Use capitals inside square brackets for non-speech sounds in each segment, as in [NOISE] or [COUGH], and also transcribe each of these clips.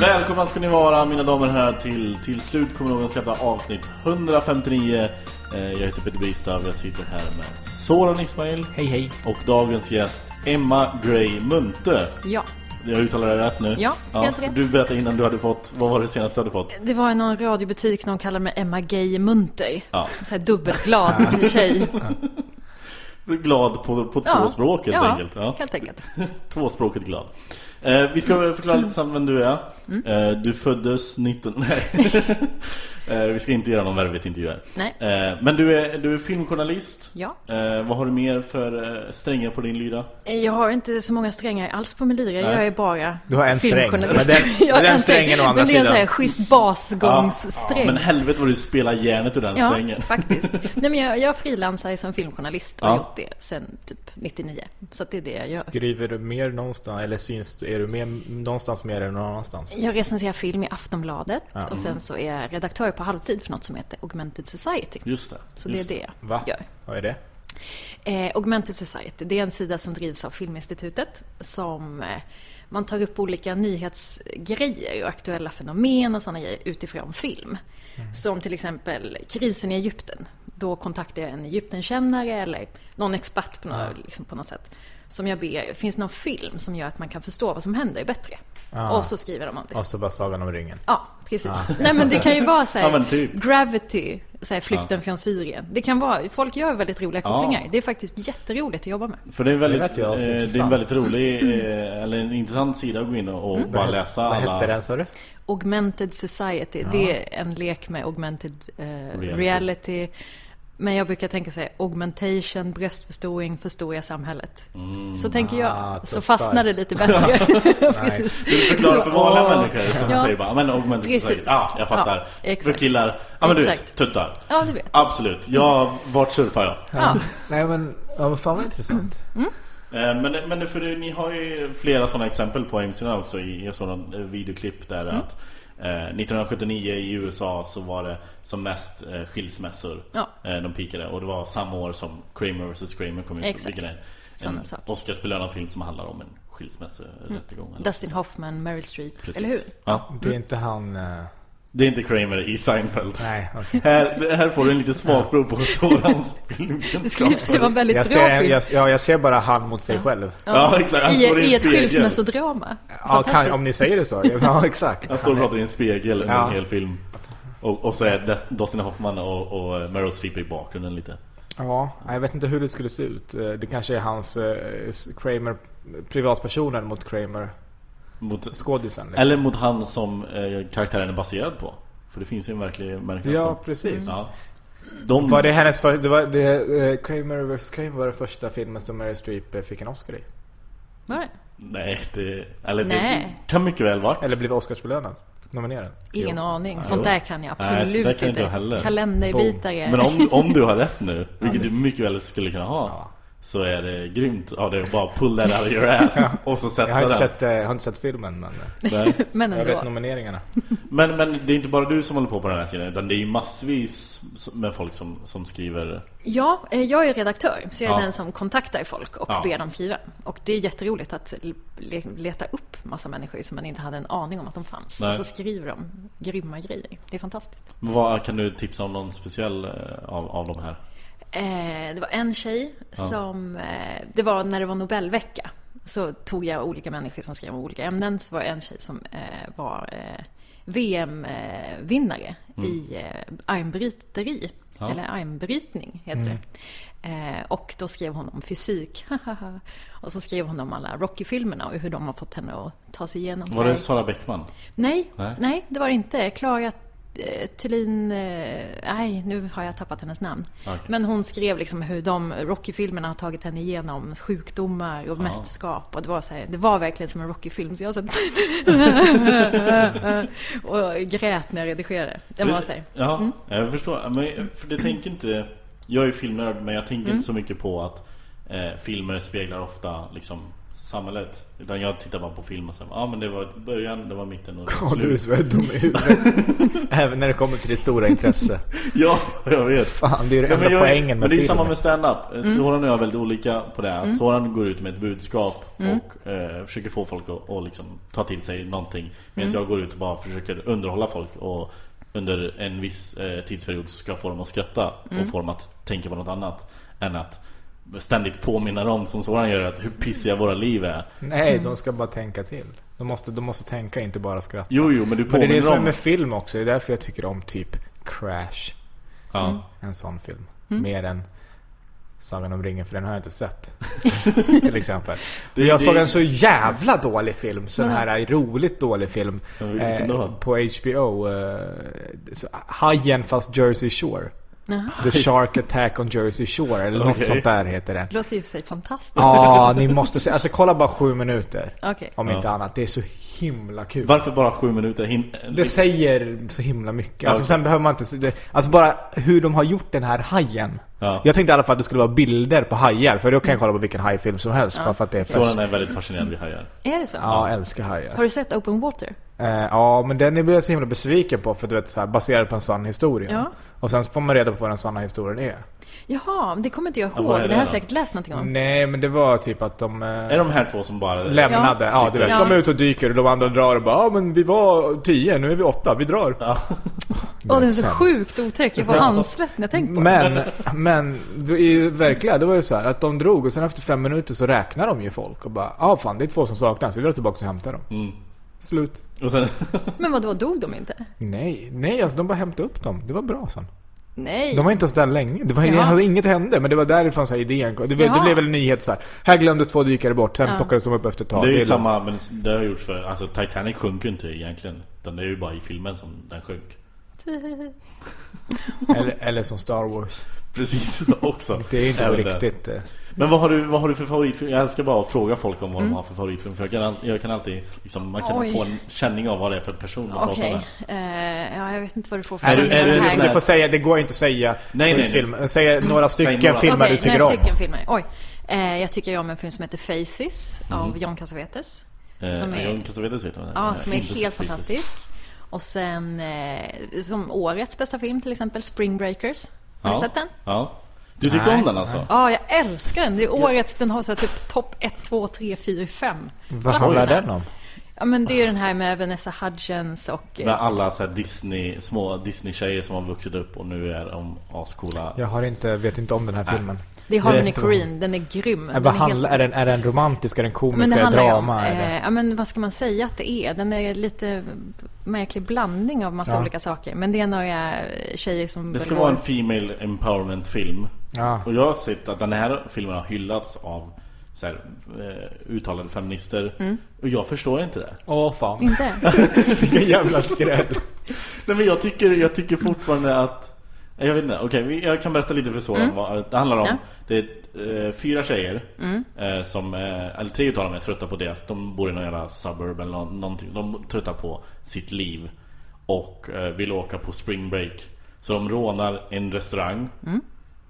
Välkomna ska ni vara mina damer och herrar till Till slut kommer någon släppa avsnitt 159 Eh, Jag heter Peter Bristav, jag sitter här med Soran Ismail Hej hej. och dagens gäst Emma Gray Munthe Ja, Jag uttalar det rätt nu? Ja, helt rätt. Du berättade innan du hade fått, vad var det senaste du hade fått? det var i någon radiobutik någon kallade mig Emma Gay Munter. Ja. Så här [LAUGHS] dubbelglad tjej. Glad på, på tvåspråk helt enkelt Ja, helt enkelt. Tvåspråkigt glad. Eh, vi ska väl förklara lite snabbt vem du är. Mm. Eh, du föddes 19... [LAUGHS] Nej. eh, vi ska inte göra någon värvethintervju här. Nej. Eh, men du är, du är filmjournalist. Ja. Eh. Eh, vad har du mer för eh, strängar på din lyra? Jag har inte så många strängar alls på min lyra. Jag är bara Du har en sträng, filmjournalist. men den- [LAUGHS] Jag har den en sträng, strängen å andra Men det är en sån här sidan. schysst Ja, basgångssträng. Men helvete vad du spelar järnet ur den Ja, strängen. faktiskt. Nej, men jag, jag frilansar som filmjournalist och har Ja. gjort det sedan typ 99. Så att det är det jag gör. Skriver du mer någonstans eller syns är du mer någonstans mer än någon annanstans? Jag recenserar film i Aftonbladet och sen så är jag redaktör på halvtid för något som heter Augmented Society. [LAUGHS] Just det. Så just det är det jag Va? gör. Vad är det? Eh, Augmented Society, det är en sida som drivs av Filminstitutet som eh, man tar upp olika nyhetsgrejer och aktuella fenomen och sådana grejer utifrån film. Som till exempel krisen i Egypten. Då kontaktar jag en Egyptenkännare eller någon expert på något, liksom på något sätt. Som jag ber, finns det någon film som gör att man kan förstå vad som händer bättre? Och så skriver de om det. Och så bara Sagan om ringen. Ja, precis. Nej men det kan ju vara så här, Ja, men typ. Gravity, så här, flykten från Syrien. Det kan vara, folk gör väldigt roliga Ja. kopplingar. Det är faktiskt jätteroligt att jobba med. För det är, väldigt, Det vet jag, eh, så det är en intressant. väldigt [CLEARS THROAT] rolig, eh, eller en intressant sida att gå in och Mm. bara läsa Vad alla... hette den sa du? Augmented Society, det är en lek med augmented eh, reality. Men jag brukar tänka så här, augmentation, bröstförstoring, förstår jag samhället? Mm. så tänker jag, Ah, så tuffar. fastnar det [LAUGHS] lite bättre. [LAUGHS] Precis. Förklara för vanliga människor som Ja. säger bara men augmented Precis. society, ja jag fattar. Ja, exakt. för killar, ja men du vet, Exakt. tuttar. Ja, du ah. vet. Absolut, jag, vart surfar jag? Ja. Nej men, ja, vad fan vad intressant. Eh, Men, men för ni har ju flera sådana exempel på hemsidan också i, i sådana eh, videoklipp där Mm. att eh, 1979 i USA så var det som mest eh, skilsmässor Ja. eh, De pikade och det var samma år som Kramer vs Kramer kom ut Exakt. vilket är Samma En sak. Oscarsbelönad film som handlar om en skilsmässorättegång eller Mm. Dustin så. Hoffman, Meryl Streep, Precis. eller hur? Ja. Det är inte han... eh, Det är inte Kramer i Seinfeld Nej, [LAUGHS] okej. Här, här får du en liten smakprov på Sorans filmkunskap. Det skulle i och för sig vara en väldigt Jag bra ser, film. jag, ja, jag ser bara han mot sig själv. Ja, exakt. Han I, står i en I ett spegel. skilsmässodrama. Ja, kan, Fantastiskt. om ni säger [LAUGHS] det så. Ja, exakt. Han står och pratar i en spegel under Ja. en hel film. Och, och så är Des- Dustin Hoffman och, och Meryl Streep i bakgrunden lite. Ja, jag vet inte hur det skulle se ut. Eh, Det kanske är hans eh, Kramer, privatpersonen mot Kramer, Mot, skådisen. Liksom. eller mot han som eh, karaktären är baserad på. För det finns ju en verklig människa Ja, som... precis. Ja. De, Var det hennes för, det var, det, eh, Kramer vs Kramer var den första filmen som Meryl Streep eh, fick en Oscar i. Var det? Nej, det, eller Nej. det kan mycket väl varit. Eller blev Oscarsbelönad. Nominerad. Ingen Jo. aning. Jo. Sånt där kan jag Nej, sånt där absolut kan inte. inte jag heller. Kalenderbitare. [LAUGHS] Men om, om du har rätt nu, vilket du mycket väl skulle kunna ha. Ja. Så är det grymt av dig att bara pull that out of your ass och så Jag sätta har inte, den. sett, eh, jag har inte sett filmen men eh, Nej. [LAUGHS] Men jag vet ändå. [LAUGHS] nomineringarna. Men, men det är inte bara du som håller på på den här sidan utan det är ju massvis med folk som, som skriver Ja, eh, jag är redaktör så jag är Ja. den som kontaktar folk och Ja. ber dem skriva. Och det är jätteroligt att le- leta upp massa människor som man inte hade en aning om att de fanns. Nej. Och så skriver de grymma grejer. Det är fantastiskt. Vad kan du tipsa om någon speciell eh, av, av de här? Eh, det var en tjej som, eh, det var när det var Nobelvecka. Så tog jag olika människor som skrev om olika ämnen. Så var det en tjej som eh, var eh, VM-vinnare Mm. i eh, armbryteri. Eller armbrytning heter det. Mm. Eh, och då skrev hon om fysik. [LAUGHS] och så skrev hon om alla Rocky-filmerna och hur de har fått henne att ta sig igenom. så Var här. det Sara Bäckman? Nej, Nej. nej. det var det inte. Klara eh, Thulin... eh, Nej, nu har jag tappat hennes namn. Okej. Men hon skrev liksom hur de Rocky-filmerna har tagit henne igenom sjukdomar och mästerskap. Och det, var så här, det var verkligen som en Rocky-film. Så [LAUGHS] jag satt och grät när jag redigerade. Det var Mm. så här. Ja, jag förstår. Men, jag- för det tänker inte, jag är filmnörd men jag Mm. tänker inte så mycket på att eh, filmer speglar ofta liksom, samhället. Utan jag tittar bara på film och sen, ja ah, men det var början, det var mitten och det var Och du är slut. så dum i huvudet. [LAUGHS] Även när det kommer till det stora intresse. Ja, jag vet. Fan, det är ju den Ja, enda men, jag, poängen med men det är ju filmen. samma med stand-up. Eh, Soran och jag är väldigt olika på det. Att Soran går ut med ett budskap och eh, försöker få folk att, att liksom, ta till sig någonting. Medan jag går ut och bara försöker underhålla folk och under en viss eh, tidsperiod ska få dem att skratta och få dem att tänka på något annat än att ständigt påminna dem som Soran gör att hur pissiga våra liv är. Nej, de ska bara tänka till. De måste, de måste tänka, inte bara skratta. Jo, jo, men du Men det är påminner det som är dem. med film också. Det är därför jag tycker om typ Crash. Ja. En sån film. Mm. Mer än Sagan om ringen, för den har jag [LAUGHS] inte sett. till exempel. Det- jag det- såg en så jävla dålig film. Sån Mm. här eh, roligt dålig film. eh, Ja, vilken då? på HBO. Eh, så- Hajen fast Jersey Shore. The Shark Attack on Jersey Shore. Eller något Okej. sånt där heter den. Det låter ju i och för sig fantastiskt. Ja, ni måste se. Alltså kolla bara sju minuter. Okej. Om inte annat. Det är så himla kul. Varför bara sju minuter? Hin- Det säger så himla mycket. Alltså, okej. Sen behöver man inte... se det- Alltså bara hur de har gjort den här hajen. Ja. Mm. Jag tänkte i alla fall att det skulle vara bilder på hajar. För då kan jag kolla på vilken hajfilm som helst. Bara för att det är Soran fräscht. är väldigt fascinerad vid hajar. Är det så? Ja, jag älskar hajar. Har du sett Open Water? Eh, ja, men den blev jag så himla besviken på. För du vet, så här, baserad på en sann historia. Ja. Och sen så får man reda på vad den sanna historien är. Jaha, det kommer inte jag ihåg. vad är det det har jag då? Mm, säkert läst någonting om. Nej, men det var typ att de... eh, Är de här två som bara... Lämnade, Ja. ja, du vet. Ja. De är ute och dyker och de andra drar och bara ja men vi var tio, nu är vi åtta, vi drar. Åh, den är så sämst. sjukt otäck. Jag får handsvett när jag tänker på det. Men, men det är ju verkligen, det var ju så här att de drog och sen efter fem minuter så räknar de ju folk och bara ja ah, fan det är två som saknas, vi drar tillbaka och hämtar dem. Mm. Slut. Och sen... Men vadå, dog de inte? Nej, nej alltså de bara hämtade upp dem. Det var bra sen. Nej. De var inte ens där länge. Det var, det Jaha. hade inget hände men det var därifrån så här idén kom. Det, blev- det Jaha. blev väl en nyhet så här. Här glömdes två dykare bort, sen plockades de upp efter ett tag. Det är ju lugnt. samma, men det har gjorts för, alltså Titanic sjönk ju inte egentligen. Utan det är ju bara i filmen som den sjönk. eller, eller som Star Wars. [LAUGHS] Precis, också. Det är inte Även där. riktigt... eh, Men vad har, du, vad har du för favoritfilm? Jag älskar bara att fråga folk om vad de har för favoritfilm. För jag kan, all- jag kan alltid, liksom, man kan Mm. Oj. få en känning av vad det är för person man pratar Okej, med. eh, ja, jag vet inte vad du får för Är du- du, känsla är av du en det du, här. sån du här- får säga, det går inte att säga Nej, nej, nej. film. Säg några stycken några. filmer Okej, du tycker några om. stycken filmer. Oj. Eh, jag tycker ju om en film som heter Faces av John Cassavetes. Eh, Som är, Jon Cassavetes vet man. ja, Eh, som är inte så helt precis. fantastisk. Och sen eh, som årets bästa film till exempel, Spring Breakers. Har Ja. ni sett den? Ja. Du tyckte Nej. om den alltså? Ja, jag älskar den. Det är årets, den har så här typ topp 1, 2, 3, 4, 5. Vad handlar Alltså, den om? Ja, men det är ju den här med Vanessa Hudgens och... eh, Med alla så här Disney, små Disney-tjejer som har vuxit upp och nu är de ascoola. Jag har inte, vet inte om den här filmen. Det är Harmony jättebra. Korine, den är grym. Äh, Den Vad är handlar, är, helt den, är den romantisk, är den Men komisk, det är den handlar ju om, drama? eller? eh, ja, men vad ska man säga att det är? Den är lite märklig blandning av massa Ja. olika saker. Men det är några tjejer som... Det ska väl vara en går- Female Empowerment film Ja. Och jag har sett att den här filmen har hyllats av så här, eh, uttalade feminister Mm. Och jag förstår inte det Åh [LAUGHS] [LAUGHS] fan, Inte? vilken jävla skräll. Nej men jag tycker, jag tycker fortfarande att Jag vet inte, okej vi- jag kan berätta lite för Soran vad det handlar om Ja. Det är eh, fyra tjejer eh, som, eh, eller tre utav dem är trötta på det De bor i någon jävla suburb eller nå- någonting De är trötta på sitt liv Och eh, vill åka på spring break Så de rånar en restaurang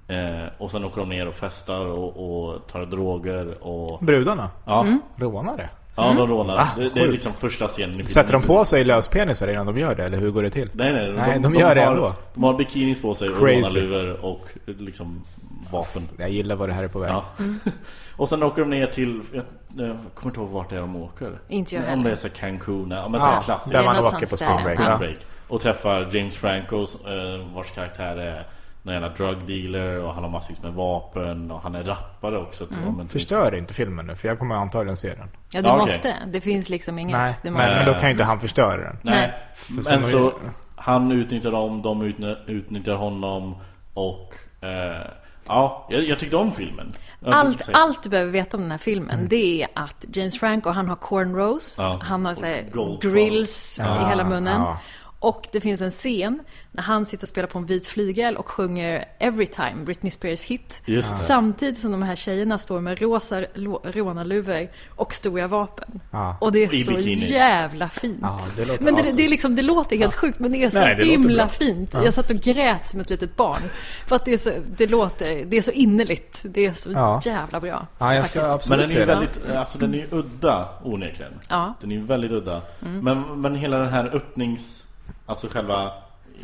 Eh, och sen åker de ner och festar och, och tar droger och... Brudarna? Ja, Rånare? ja de rånar. Va? det, det är Ah, Sjukt. liksom första scenen i filmen. Sätter de på sig löspenisar innan de gör det, eller hur går det till? Nej, nej, Nej, de gör det har, ändå. De har bikinis på sig och Crazy. rånarluvor och liksom vapen. Jag gillar vad det här är på väg. Ah, Ja. [LAUGHS] och sen åker de ner till, jag, jag kommer inte ihåg vart det är de åker. Inte jag Om heller. det är så här Cancun, ja men så här klassiskt. där Det är man något åker på sånt ställe. spring break. Spring Ja. Break. Och träffar James Franco eh, vars karaktär är någon jävla drug dealer och han har massvis med vapen och han är rappare också. Mm. tror jag, men- Förstör inte filmen nu, för jag kommer antagligen se den. Ja, du Ja, okej. måste. Det finns liksom inget. Nej, du men, måste. men då kan ju inte han förstöra den. Nej. För Men som- så han utnyttjar dem, de utnyttjar, utnyttjar honom och eh, ja, jag, jag tyckte om filmen. Jag vill Allt, säga. allt du behöver veta om den här filmen Mm. det är att James Franco han har cornrows, Ja. han har så här, Och gold grills i hela munnen. ja. Och det finns en scen när han sitter och spelar på en vit flygel och sjunger Every Time, Britney Spears hit. Just det. Samtidigt som de här tjejerna står med rosa lo- rånarluvor och stora vapen. Ja. Och det Och i är så bikinis. jävla fint. Ja, det låter men det, awesome. det, är liksom, det låter helt sjukt men det är så Nej, det låter himla bra. fint. Jag satt och grät som ett litet barn. För att det är så, det låter, det är så innerligt. Det är så Ja. jävla bra. Ja, jag ska faktiskt. absolut Men den är ju se den. väldigt, alltså den är ju udda onekligen. Ja. Mm. Den är ju väldigt udda. Men, men hela den här öppnings, alltså själva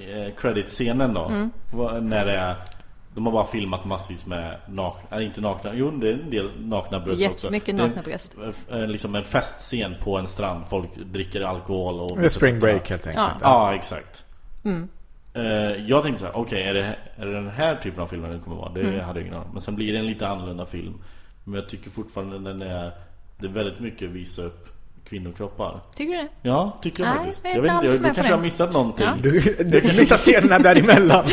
eh, creditscenen då. Mm. vad- När det är, de har bara filmat massvis med nakna, äh, inte nakna, jo det är en del nakna bröst också. Jättemycket Det är nakna bröst. En, eh, liksom en festscen på en strand, folk dricker alkohol och... Det är spring break helt enkelt. Ja. Ja, exakt. Eh, jag tänkte så här, okej är, det, är det den här typen av film det kommer vara? Det Mm. hade jag ingen aning om. Men sen blir det en lite annorlunda film. Men jag tycker fortfarande den är... Det är väldigt mycket att visa upp kvinnokroppar. Tycker du det? Ja, tycker jag Nej, faktiskt. jag är Jag vet inte inte, jag, alls då med på kanske jag har den. missat någonting. Ja. [LAUGHS] Du, du, vissa scenerna däremellan.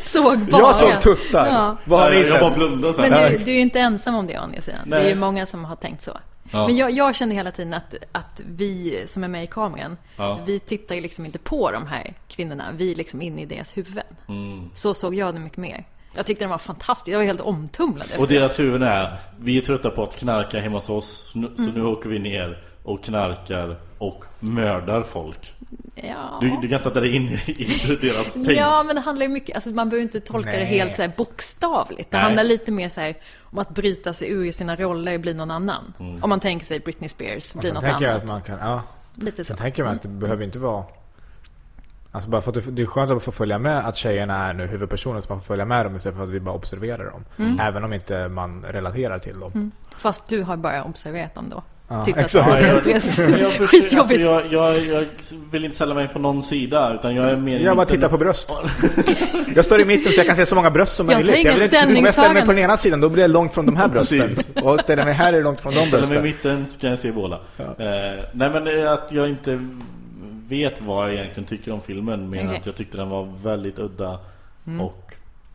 Såg bara. Jag såg tuttar. Ja. Vad har jag, ni jag bara sett? blundade så här. Men du, du är ju inte ensam om det å andra sidan. Det är Nej. ju många som har tänkt så. Ja. Men jag, jag kände hela tiden att, att vi som är med i kameran, Ja. vi tittar ju liksom inte på de här kvinnorna. Vi är liksom inne i deras huvuden. Mm. Så såg jag det mycket mer. Jag tyckte den var fantastisk. Jag var helt omtumlad. Och deras huvuden är, vi är trötta på att knarka hemma hos oss. Så nu, så Mm. nu åker vi ner och knarkar och mördar folk. ja. Du, du kan sätta dig in i, i deras tänk. Ja, men det handlar ju mycket, alltså man behöver inte tolka det Nej. helt så här bokstavligt. Det Nej. handlar lite mer så här om att bryta sig ur sina roller och bli någon annan. Mm. Om man tänker sig Britney Spears, bli Sen något tänker jag att annat. man kan, ja. Lite så. Sen tänker man att det behöver inte vara... Alltså bara för att det- det är skönt att få följa med att tjejerna är nu huvudpersonen så man får följa med dem istället för att vi bara observerar dem. Mm. Även om inte man relaterar till dem. Fast du har bara observerat dem då. Ja, Tittat exakt. på Ja, jag- deras Men [LAUGHS] jag, försöker- Skitjobbigt. alltså, jag, jag, jag vill inte sälja mig på någon sida utan jag är mer i Jag bara mitten. tittar [LAUGHS] på bröst. Jag står i mitten så jag kan se så många bröst som Jag möjligt. tar inget vill inte- Om jag ställer mig på den ställningstagande. ena sidan då blir jag långt från de här brösten. Precis. Och ställer mig här är det långt från de Ställer mig i brösten. mitten så kan jag se båda. Eh, nej men eh, att jag inte vet vad jag egentligen tycker om filmen men Okej. Mm. att jag tyckte den var väldigt udda och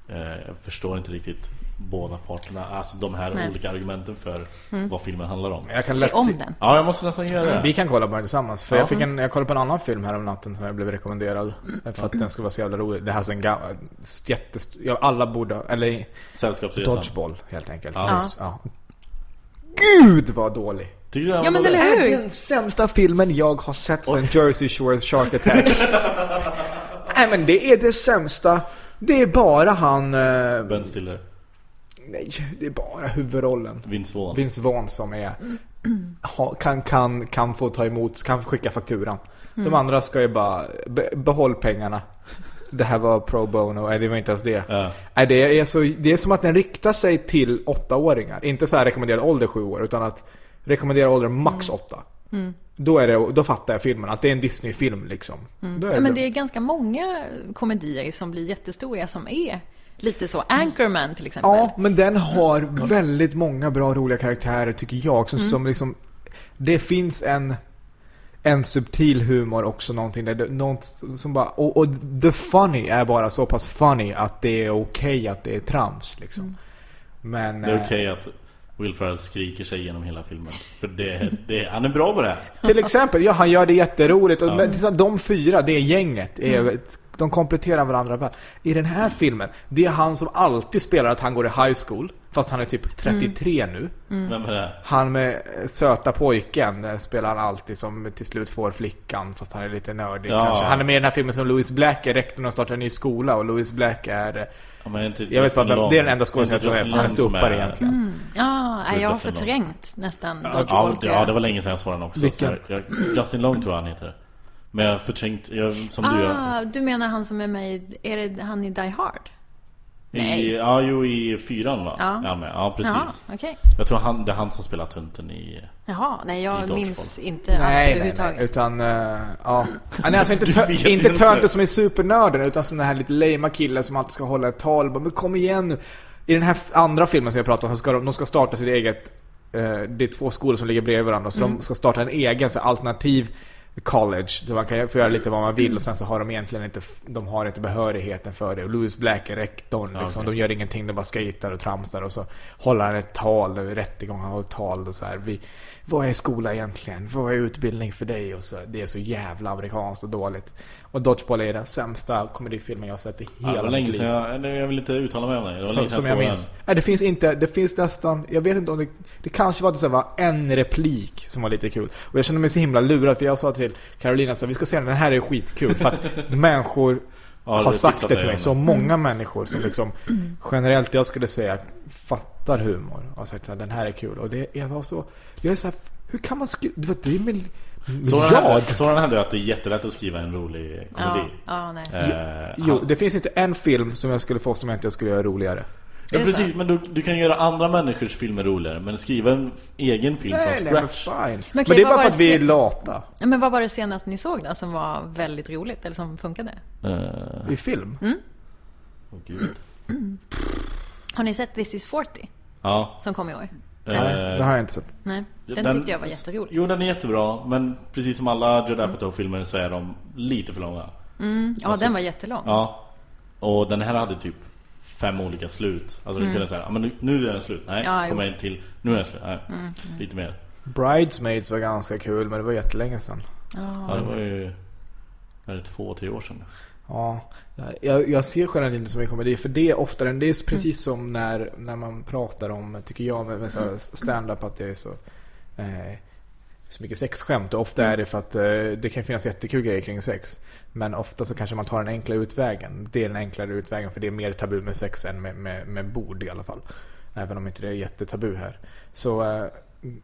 eh, jag förstår inte riktigt båda parterna. Alltså de här Nej. Mm. olika argumenten för vad filmen handlar om. Jag kan Se lätt om se- den. Ja, jag måste nästan göra det. Mm. Vi kan kolla på den tillsammans. För Ja. jag, fick en, jag kollade på en annan film här om natten som jag blev rekommenderad. För att den skulle vara så jävla rolig. Det här är så en ga- jättest- ja, Alla borde... Eller Sällskapsresan. Dodgeball helt enkelt. Ja. Nyss, ja. Gud vad dålig! Tycker du den Ja, men var eller Det dålig? här är hur? den sämsta filmen jag har sett sen Jersey Shores Shark Attack. Nej men det är det sämsta. Det är bara han... eh, Ben Stiller. nej, det är bara huvudrollen. Vince Vaughn. Vince Vaughn som är... Ha, kan, kan, kan få ta emot, kan skicka fakturan. Mm. De andra ska ju bara, be, behåll pengarna. Det här var pro bono, nej det var inte ens det. Ja. Nej, det, är så, det är som att den riktar sig till åttaåringar. Inte så här rekommenderad ålder sju år, utan att rekommendera ålder Mm. max åtta. Då, är det, då fattar jag filmen, att det är en Disney-film liksom. Då är Mm. Ja, men det är ganska många komedier som blir jättestora som är lite så. Anchorman till exempel. Ja, men den har väldigt många bra roliga karaktärer tycker jag. Som, som liksom, det finns en, en subtil humor också. Någonting där, det- något som bara, och, och the funny är bara så pass funny att det är okej att det är trams. Liksom. Men, Det är eh, okej att Will Ferrell skriker sig genom hela filmen. För det, det, han är bra på det här. Till exempel, ja han gör det jätteroligt. Och, men, till exempel, de fyra, det gänget, är ett de kompletterar varandra väl. I den här filmen, det är han som alltid spelar att han går i high school. Fast han är typ 33 nu. Mm. Vem är det? Han med eh, söta pojken eh, spelar han alltid som till slut får flickan fast han är lite nördig Ja. kanske. Han är med i den här filmen som Louis Black är rektorn och startar en ny skola och Louis Black är... eh, Ja, men inte Jag vet Justin inte, Long. det är den enda skådespelaren Inte jag vet. Han är Justin Long som ståuppare Mm. egentligen. Ja, Ah, nej, jag har Justin Long. förträngt nästan Ja, Dodge ja, Ball, det, tror ja, jag. det var länge sedan jag såg den också. Så Vilken? jag, jag, Justin Long tror jag han heter. Men jag har förträngt, jag, som du gör. Ah, du menar han som är med i, är det han i Die Hard? nej. I, ja, jo i fyran va? Ja. Ja, ja, men, ja precis. Jaha, okej. Jag tror han, det är han som spelar tunten i... Jaha, nej I jag Dodgeball. minns inte alls Nej, nej, nej, överhuvudtaget. [LAUGHS] utan... eh, ja. Han är alltså inte, Du tö- vet inte, inte. tönten som är supernörden utan som den här lite lame killen som alltid ska hålla ett tal. Bara, men kom igen nu. I den här f- andra filmen som jag pratade om så ska de, de ska starta sitt eget... eh, det är två skolor som ligger bredvid varandra så Mm. de ska starta en egen så här, alternativ college. Så man kan få göra lite vad man vill och sen så har de egentligen inte, f- de har inte behörigheten för det. Och Louis Black är rektorn liksom. okej. De gör ingenting, de bara skejtar och tramsar och så håller han ett tal, det är rättegång, han håller ett tal och så här. Vi, vad är skola egentligen? Vad är utbildning för dig? Och så, det är så jävla amerikanskt och dåligt. Och Dodgeball är den sämsta komedifilmen jag har sett i Ja, det hela var mitt länge liv. sedan jag... eller Jag vill inte uttala mig om det. Det var Som, länge sedan som jag såg minns. den. Nej, det finns inte, det finns nästan, jag vet inte om det, det kanske var, att det så här var en replik som var lite kul. Och jag kände mig så himla lurad för jag sa till Carolina så här, vi ska se den, den här är skitkul. [LAUGHS] För att människor Ja, det Mm. har är sagt tipsat det till dig mig. om Så många människor [CLEARS THROAT] som liksom generellt, jag skulle säga, fattar humor. Och sagt så här, den här är kul. Och det, jag var så, jag är så här, hur kan man skriva, du vet det är mil, Sådan miljard. hade, sådan hade att det är jättelätt att skriva en rolig Ja, komedi. ja, nej. Eh, Jo, det finns inte en film som jag skulle få som jag inte skulle göra roligare. Ja, Är det så? precis, men du, du kan göra andra människors filmer roligare men skriva en f- egen film Nej, från nej men scratch. fine. Men, Men okej, det är vad var bara för det att vi är sen- lata Ja, Men vad var det senaste ni såg då som var väldigt roligt eller som funkade? Eh, i film. åh gud. Har ni sett This is 40 Ja, som kom i år? eh, Det har jag inte sett. Nej, den, tyckte jag var jätterolig. Mm. Jo den är jättebra men precis som alla Judd Apatow filmer så är de lite för långa. Ja, den var jättelång. alltså- Ja. Och den här hade typ fem olika slut. Alltså det kunde säga ah, men nu- nu är den slut. Nej, Mm. Ja, jo. Mm, kommer en till. Nu är den slut. Nej. Lite mer. Bridesmaids var ganska kul men det var jättelänge sedan. Ja, det var ju är det två, tre år sedan. Mm. Ja, jag, jag ser generellt inte så mycket komedi för det är oftare, det är precis som när, när man pratar om, tycker jag, med, med så här stand-up att det är så, eh, så mycket sexskämt. Och ofta är det för att eh, det kan finnas jättekul grejer kring sex. Men ofta så kanske man tar den enkla utvägen. Det är den enklare utvägen för det är mer tabu med sex än med, med, med bord i alla fall. Även om inte det är jättetabu här. Så eh,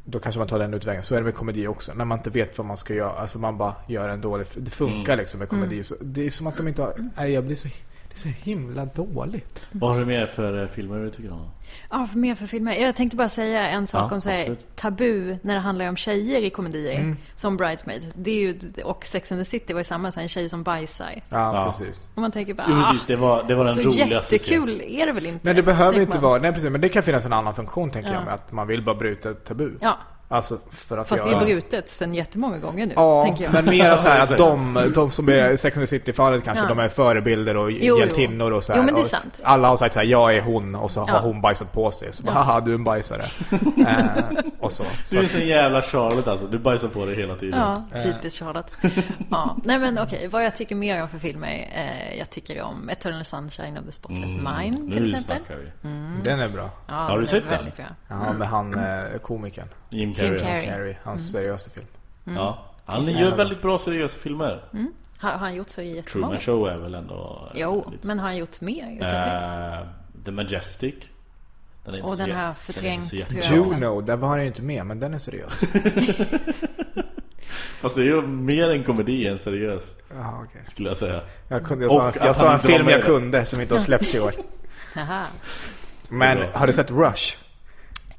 då kanske man tar den utvägen. Så är det med komedi också. När man inte vet vad man ska göra. Alltså man bara gör en dålig... Det funkar liksom med komedi. Så det är som att de inte har... Nej, jag blir så... Det är så himla dåligt. Vad har du mer för eh, filmer du tycker om? Ja, för mer för filmer. Jag tänkte bara säga en sak Ja, om så här, absolut. Mm. tabu när det handlar om tjejer i komedier. Som Bridesmaid. Det är ju, och Sex and the City var ju samma, så här, en tjej som bajsar. Ja, Ja. precis. Och man tänker bara, Jo ah, precis, det var, det var den så roligaste scenen. jättekul är det väl inte? Nej, det behöver tänker inte man. vara... Nej, precis. Men det kan finnas en annan funktion tänker Ja. jag. Med att man vill bara bryta ett tabu. Ja, Alltså för att fast det göra- är brutet sen jättemånga gånger nu, Ja, tänker jag. men mera så här Alltså- att de, de som [CLEARS THROAT] är Sex and the City-fallet kanske, Ja. de är förebilder och Jo, hjältinnor jo. och så här. Jo, men det är Och sant. Alla har sagt så här, jag är hon och så har Ja. hon bajsat på sig. Så bara, haha, du är en bajsare. [LAUGHS] eh, och så. Du så är så jävla Charlotte alltså, du bajsar på dig hela tiden. Ja, typiskt Charlotte. Ja. Nej men okej, vad jag tycker mer om för filmer. Eh, jag tycker om Eternal Sunshine of the Spotless Mm. Mind Alltså, till Nu exempel. Mm. snackar vi. den är bra. Ja, du är sett den? väldigt bra. Ja, med han eh, komikern. Jim Carrey. Jim Carrey. Carrey, hans Mm. seriösa film. Ja. Han gör väldigt bra seriösa filmer. Har, har han gjort så Truman jättemånga? Show är väl ändå... eh, Jo, lite- men har han gjort mer utöver det? Eh, The Majestic. Den är inte Och så den jä- har jag är förträngt, inte så tror jag. jättebra. Ja. Juno, där var han ju inte med, men den är seriös. Fast det är ju mer en komedi än seriös, Jaha, okej. skulle jag säga. Jag, kunde, jag sa, Och att jag sa han en inte var film med i jag den. kunde som inte har släppts [LAUGHS] i år. Haha. Men bra. har du sett Rush?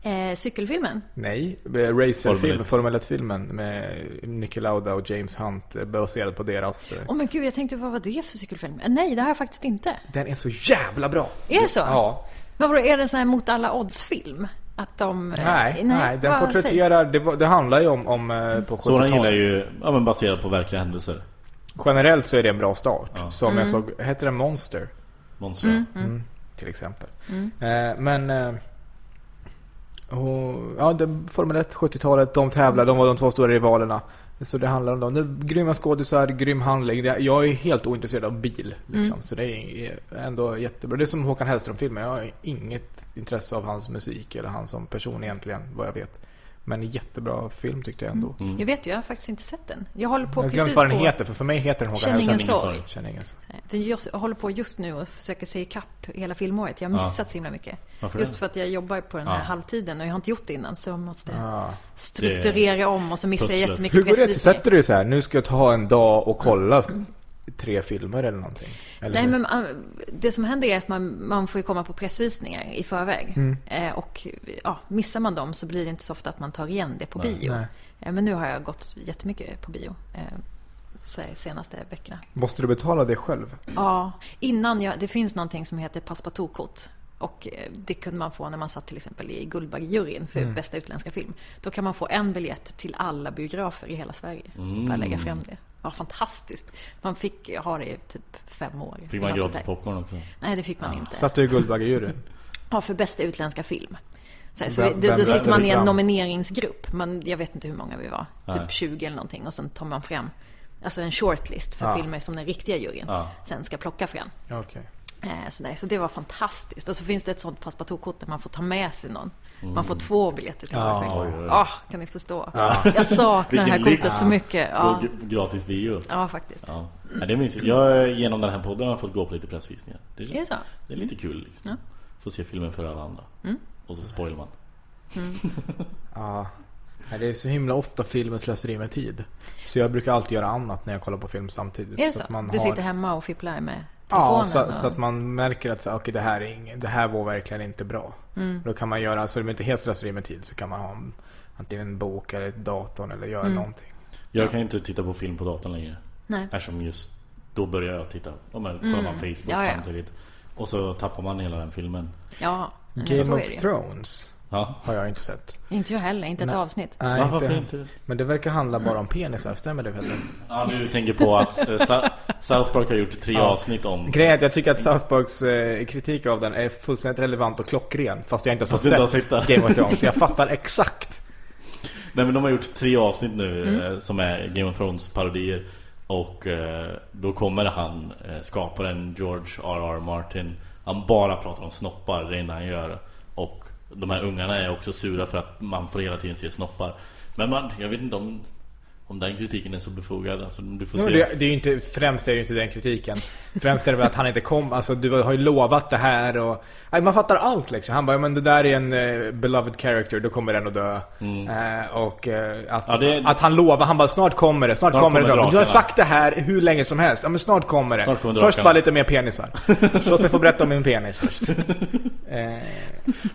Eh, cykelfilmen? Nej, Formel racerfilm, ett. Formel 1-filmen med Niki Lauda och James Hunt eh, baserad på deras... eh, Åh men gud, jag tänkte vad var det för cykelfilm? Eh, nej, det har jag faktiskt inte. Den är så jävla bra! Är det så? Ja. Men vadå, är det en sån här mot alla odds-film? Att de... eh, Nej, nej, den vad säger- porträtterar, det, var- det handlar ju om, om eh, på Sådan 70-talet. gillar ju, ja men baserat på verkliga händelser. Generellt så är det en bra start. Som jag Mm. såg, heter den Monster? Monster. Mm, Till exempel. Mm. Eh, men... Eh, och, ja, det, Formel 1, 70-talet, de tävlar, de var de två stora rivalerna. Så det handlar om dem. Det är grymma skådisar, grym handling. Det- Jag är helt ointresserad av bil. Liksom. Mm. Så det är ändå jättebra. Det är som Håkan Hellström-filmer. Jag har inget intresse av hans musik eller han som person egentligen, vad jag vet. Men jättebra film tyckte jag ändå. Jag vet ju, jag har faktiskt inte sett den. Jag håller Mm. på Jag har glömt precis vad den på... heter, för för mig heter den Håkan Känn ingen Hellström. sorg. Känner ingen sorg. Nej, För jag Eh, håller på just nu och försöker se ikapp hela filmåret. Jag har missat så himla mycket. Varför just det? för att jag jobbar på den här halvtiden och jag har inte gjort det innan. Så jag måste Det- strukturera om och så missar jag Ah. pusslet. Hur jättemycket går det till? pressvisningar. Sätter du dig så här, nu ska jag ta en dag och kolla tre filmer eller någonting? Eller Nej, hur? men man- det som händer är att man, man får ju komma på pressvisningar i förväg. Mm. Eh, och ja, missar man dem så blir det inte så ofta att man tar igen det på bio. Nej. Eh, men nu har jag gått jättemycket på bio. Eh, så här senaste veckorna. Måste du betala det själv? Ja, innan jag, det finns någonting som heter passepartout-kort. Och eh, det kunde man få när man satt till exempel i Guldbaggejuryn för bästa utländska film. Då kan man få en biljett till alla biografer i hela Sverige. Mm. Bara lägga fram det. Ja, fantastiskt. Man fick ha det i typ fem år. Fick man Något sånt gratis där. popcorn också? Nej, det fick man inte. Satt du i [LAUGHS] Guldbaggejuryn? Ja, för bästa utländska film. Så, här, så Vem- då, vem då sitter man i en fram? nomineringsgrupp. Man, jag vet inte hur många vi var. Nej. Typ 20 eller någonting. Och sen tar man fram alltså en shortlist för filmer som den riktiga juryn Ja. sen ska plocka fram. Okej. Eh, Så, nej, så det var fantastiskt. Och så finns det ett sånt passepartout-kort där man får ta med sig någon. Mm. Man får två biljetter till varje film. Ah, kan ni förstå? Jag saknar det här Vilken lyx. kortet så mycket. Ja, Gå g- gratis bio. ja faktiskt. Ja. Ja, det minns jag. jag. Genom den här podden har jag fått gå på lite pressvisningar. Det Är det så? Det är lite kul liksom. Få se filmen före alla andra. Mm. Och så spoilar man. Ja. Nej, det är så himla ofta filmen slöseri med tid. Så jag brukar alltid göra annat när jag kollar på film samtidigt. Är det så så? att man Du har- sitter hemma och fipplar med telefonen? Ja, så, och... så att man märker att så, här, okej, det, här är ing, det här var verkligen inte bra. Mm. Då kan man göra, så det blir inte helt slöseri med tid, så kan man ha en, antingen en bok eller datorn eller Mm. göra någonting. Jag kan ju inte titta på film på datorn längre. Nej. Eftersom just då börjar jag titta. Om jag kollar man Facebook Mm. Ja, ja. samtidigt. Och så tappar man hela den filmen. Ja, men så Game är det of ju. Thrones Ja. har jag inte sett. Inte jag heller, inte ett avsnitt. Nej, Va, varför inte? Men det verkar handla bara om penisar, stämmer det Peter? Ja, du tänker på att eh, Sa- South Park har gjort tre avsnitt om... Grejen är att jag tycker att South Parks eh, kritik av den är fullständigt relevant och klockren. Fast jag inte ens Fast du inte har har sett sett den. Game of Thrones. Så jag fattar exakt. Nej men de har gjort tre avsnitt nu eh, som är Game of Thrones parodier. Och eh, då kommer han, eh, skaparen George R.R. Martin. Han bara pratar om snoppar, det enda han gör. Och de här ungarna är också sura för att man får hela tiden se snoppar. Men man, jag vet inte om, om den kritiken är så befogad. Alltså, du får Jo, se. men det, det är ju inte, främst är det ju inte den kritiken. Främst är det väl att han inte kom. Alltså du har ju lovat det här och... Nej, man fattar allt liksom. Han bara, "Ja, men det där är en eh, beloved character, då kommer den att dö. Eh, och eh, att, Mm. Ja, det- att han lovar, han bara snart kommer det, snart, Snart kommer det. kommer draken." Du har drakarna. sagt det här hur länge som helst. Ja men snart kommer det. Snart kommer först drakarna. bara lite [LAUGHS] mer penisar. Låt mig få berätta om min penis först. Eh,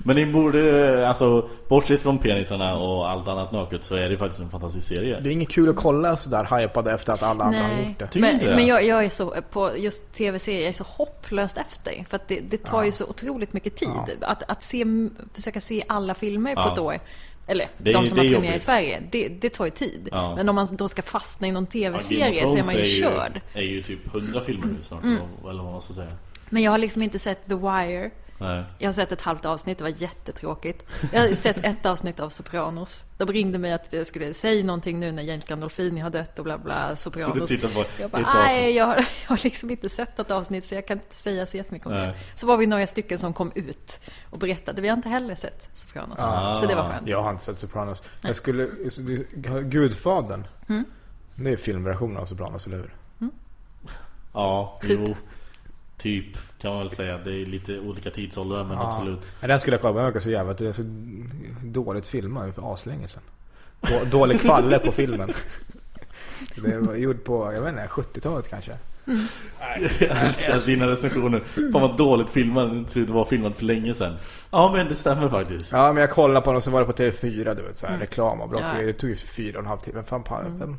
Men ni borde, eh, alltså bortsett från penisarna och allt annat naket så är det faktiskt en fantastisk serie. Det är inget kul att kolla sådär hypade efter att alla andra har Nej, gjort det. Tycker men, inte det? men jag, jag är så, på just tv-serier, jag är så hopplöst efter. För att det, det tar ju så otroligt mycket tid. Att, att se, försöka se alla filmer på Ja. ett år, eller Det är de ju- som det har är premiär i jobbigt. Sverige, det, det tar ju tid. Ja. Men om man då ska fastna i någon Ja, Game of tv-serie så är Thrones man ju körd. Mm. Är ju typ 100 filmer nu snart, eller vad man ska säga. Men jag har liksom inte sett The Wire. Nej. Jag har sett ett halvt avsnitt, det var jättetråkigt. Jag har sett [LAUGHS] ett avsnitt av Sopranos. De ringde mig att jag skulle säga någonting nu när James Gandolfini har dött och bla bla, Sopranos. Så du tittar på Jag bara, ett avsnitt? nej, jag har, [LAUGHS] jag har liksom inte sett något avsnitt så jag kan inte säga så jättemycket om det. Nej. Så var vi några stycken som kom ut och berättade. Vi har inte heller sett Sopranos. Ah. Så det var skönt. Jag har inte sett Sopranos. Jag skulle... Gudfadern. Mm. Det är filmversionen av Sopranos, eller hur? Ja, Typ. jo. Typ kan man väl säga. Det är lite olika tidsåldrar men absolut. Ja, den skulle jag kolla på. Den verkar så jävla... Det är så dåligt filmad för aslänge sedan. Då, dålig kvalle [LAUGHS] på filmen. Det var gjord på, jag vet inte, 70-talet kanske. [LAUGHS] Jag älskar dina recensioner. Fan vad dåligt filmad. Den ser ut att vara filmad för länge sedan. Ja men det stämmer faktiskt. Ja, men jag kollade på den och så var det på TV4, du vet. Så här, Reklamavbrott. Mm. Ja. Mm. Det tog ju fyra och en halv timme. Vem fan... pa- Vem?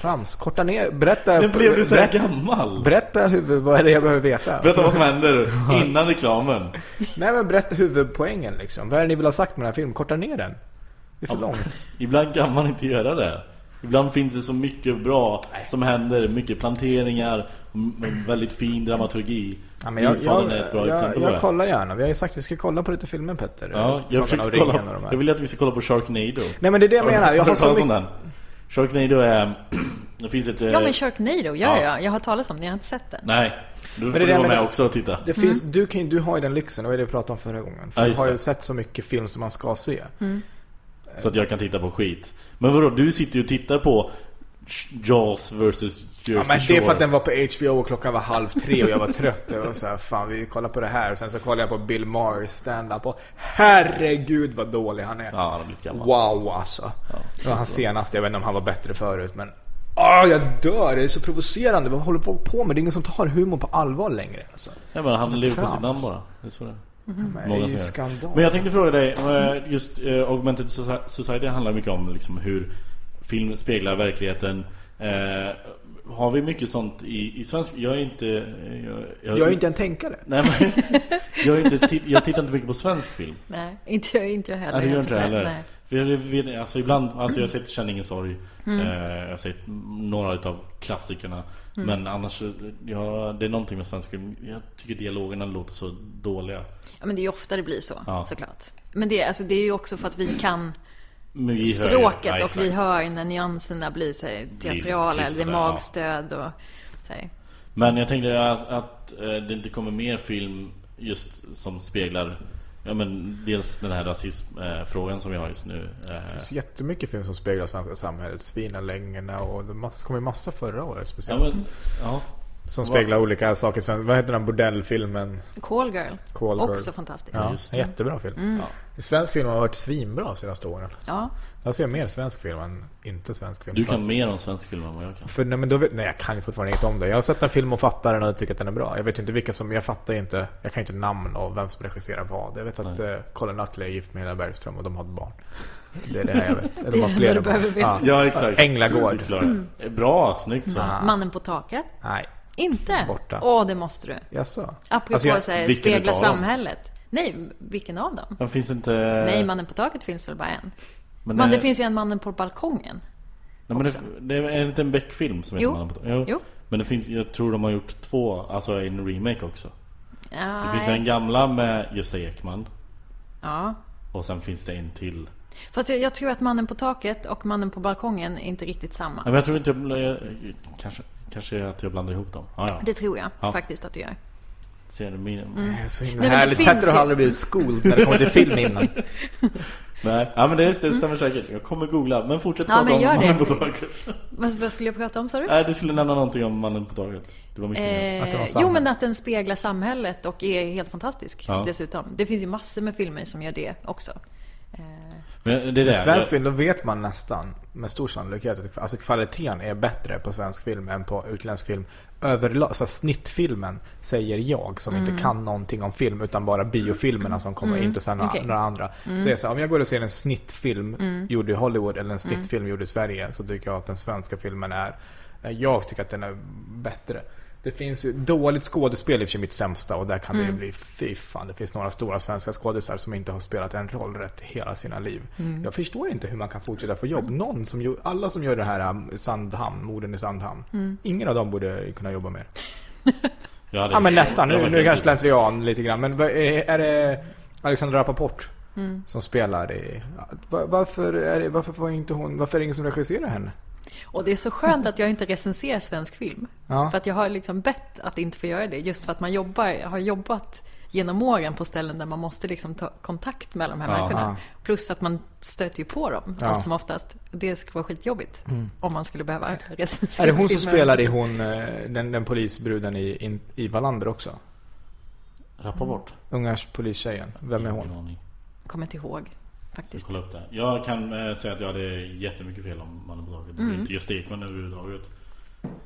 Trams. Korta ner. Berätta. Den blev du så här berätta- gammal. Berätta huvud, vad är det jag behöver veta? Berätta vad som händer innan reklamen. Nej men berätta huvudpoängen liksom. Vad är det ni vill ha sagt med den här filmen? Korta ner den. Det är för långt. Ibland kan man inte göra det. Ibland finns det så mycket bra som händer. Mycket planteringar. och en Väldigt fin dramaturgi. Ja, men jag, Gudfadern jag, är ett bra jag, exempel jag, på det. kollar gärna. Vi har ju sagt att vi ska kolla på lite filmer Petter. Ja, jag, Sagan om försökte ringen kolla, och de här. jag ville att vi ska kolla på Sharknado Nej men det är det jag menar. Jag har Har du så talat om mycket... den? Sharknado är... [CLEARS THROAT] Det finns ett... eh, Ja men Sharknado, ja Ja. ja. Jag har talat om det, jag har inte sett det. Nej. Du får det du där vara med med det- också och titta. Det finns, du, kan, ju- du har ju den lyxen, det var det vi pratade om förra gången. För Ja, du just har ju det. sett så mycket film som man ska se. Så att jag kan titta på skit. Men vadå, du sitter ju och tittar på Jaws vs Jersey Ja, men det Shore. är för att den var på HBO och klockan var halv tre och jag var trött. Jag var så här, fan vi kollar på det här. Och sen så kollade jag på Bill Maher stand-up och herregud vad dålig han är. Ja, han har blivit gammal. Wow alltså. Det var hans senaste, jag vet inte om han var bättre förut men... Ah, jag dör, det är så provocerande. Vad håller folk på med? Det är ingen som tar humor på allvar längre. Alltså. Nej men han lever på sitt trams. namn bara. Det är så det är. Men det Många är ju som gör. skandal. Men jag tänkte fråga dig, eh, just eh, Augmented Soci- Society handlar mycket om liksom hur film speglar verkligheten. Eh, har vi mycket sånt i, i svensk... Jag är inte... eh, Jag, Jag är inte en tänkare. Nej, men, [LAUGHS] jag, är inte, tit- jag tittar inte mycket på svensk film. Nej, inte jag, inte jag heller. Nej, det gör jag inte får jag säga. heller. Nej. Vi, vi, alltså ibland, alltså jag har sett Känn ingen sorg. Mm. Eh, jag har sett några utav klassikerna. Mm. Men annars, eh, ja, det är någonting med svensk film. Jag tycker dialogerna låter så dåliga. Ja, men det är ju ofta det blir så, Ja. såklart. Men det, alltså, det är ju också för att vi kan Men vi hör ju- språket ja, och vi exakt. hör när nyanserna blir så här, teatrala tystare, eller det är ja. magstöd och så här. Men jag tänkte att, att eh, det inte kommer mer film just som speglar Ja men dels den här rasismfrågan som vi har just nu. Eh, Det är jättemycket film som speglar svenska samhället. Svinalängerna och det mass- kom ju massa förra året ja, speciellt. men, ja. Som speglar olika saker. i svensk- Vad heter den här bordellfilmen? Call Girl, Call Girl. också fantastisk. Mm. Ja, Ja. en jättebra film. Ja. Svensk film har varit svinbra de senaste åren. Jag ser mer svensk film än inte svensk film. Du För- kan mer om svensk film än vad jag kan. För, nej, men då vet, nej, jag kan ju fortfarande inget om det. Jag har sett en film och fattar den och tycker att den är bra. Jag vet ju inte vilka som... Jag fattar ju inte... Jag kan ju inte namn och vem som regisserar vad. Jag vet att eh, Colin Nutley är gift med Helena Bergström och de har ett barn. Det är det här jag [LAUGHS] vet. det enda du behöver veta. Ja exakt. Änglagård. Du klarar det. Eh, Bra, snyggt så. Mannen på taket? Nej. Inte? Borta. Åh, det måste du. Jaså? Apropå Alltså, jag- så här, vilken Eh. spegla utav dem? samhället. Nej, vilken av dem? Den finns inte... Nej, Mannen på taket finns väl bara en? men, Men det eh, finns ju en Mannen på balkongen. nej, men det, det är en liten Beck-film som Jo. heter Mannen på taket. Jo. Jo. Men det finns, jag tror de har gjort två, alltså en remake också. Det Ja, finns en gamla med Gösta Ekman. ja. Och sen finns det en till. Fast jag, jag tror att Mannen på taket och Mannen på balkongen är inte riktigt samma. Nej, men jag tror inte jag, bl- jag, kanske, kanske att jag blandar ihop dem. Ah, ja. Det tror jag Ja. faktiskt att du gör. Ser du min? Mm. Det är så himla Nej, men det härligt. finns Petter har ju- aldrig blivit skuld när det kommer till film innan. Nej, ja, men det, det stämmer säkert. Jag kommer googla. Men fortsätt Mm. Ja, prata men om gör det. mannen på taket. Vad, vad skulle jag prata om sa du? Nej, du skulle nämna någonting om mannen på taket. Det var mycket mer. Att det var Eh, samhället. jo men att den speglar samhället och är helt fantastisk Ja. dessutom. Det finns ju massor med filmer som gör det också. Eh, Men det är det. Svensk film, då vet man nästan med stor sannolikhet att alltså, kvaliteten är bättre på svensk film än på utländsk film. Överlag, så här, snittfilmen säger jag som inte kan någonting om film utan bara biofilmerna som kommer, inte sen några, okej. några andra. Så, jag, så här, om jag går och ser en snittfilm gjord i Hollywood eller en snittfilm gjord i Sverige så tycker jag att den svenska filmen är, eh, jag tycker att den är bättre. Det finns ju dåligt skådespel i och för sig mitt sämsta och där kan det ju bli fy fan. Det finns några stora svenska skådisar som inte har spelat en roll rätt hela sina liv. Jag förstår inte hur man kan fortsätta få jobb. Någon som, gör- alla som gör det här um, Sandhamn, morden i Sandhamn. Ingen av dem borde kunna jobba mer. Jag hade- Ja men nästan. jag Nu, var nu är det kanske helt- slentrian lite grann. Men vad är, är det Alexandra Rapaport som spelar i... va- Varför, är det, varför får inte hon... Varför är det ingen som regisserar henne? och det är så skönt att jag inte recenserar svensk film. Ja. För att jag har liksom bett att inte få göra det. Just för att man jobbar, har jobbat genom åren på ställen där man måste liksom ta kontakt med de här människorna. Plus att man stöter ju på dem Ja. Mm. allt som oftast. Det skulle vara skitjobbigt om man skulle behöva recensera Är det hon som filmer. spelar i hon, eh, den, den polisbruden i, in, i Wallander också? Rappa bort. Unga polistjejen. Vem är Ingen hon? aning. Kommer inte ihåg faktiskt. Kolla upp det. Jag kan eh, säga att jag hade jättemycket fel om mannen på taket. Det Mm. var inte just Ekman överhuvudtaget.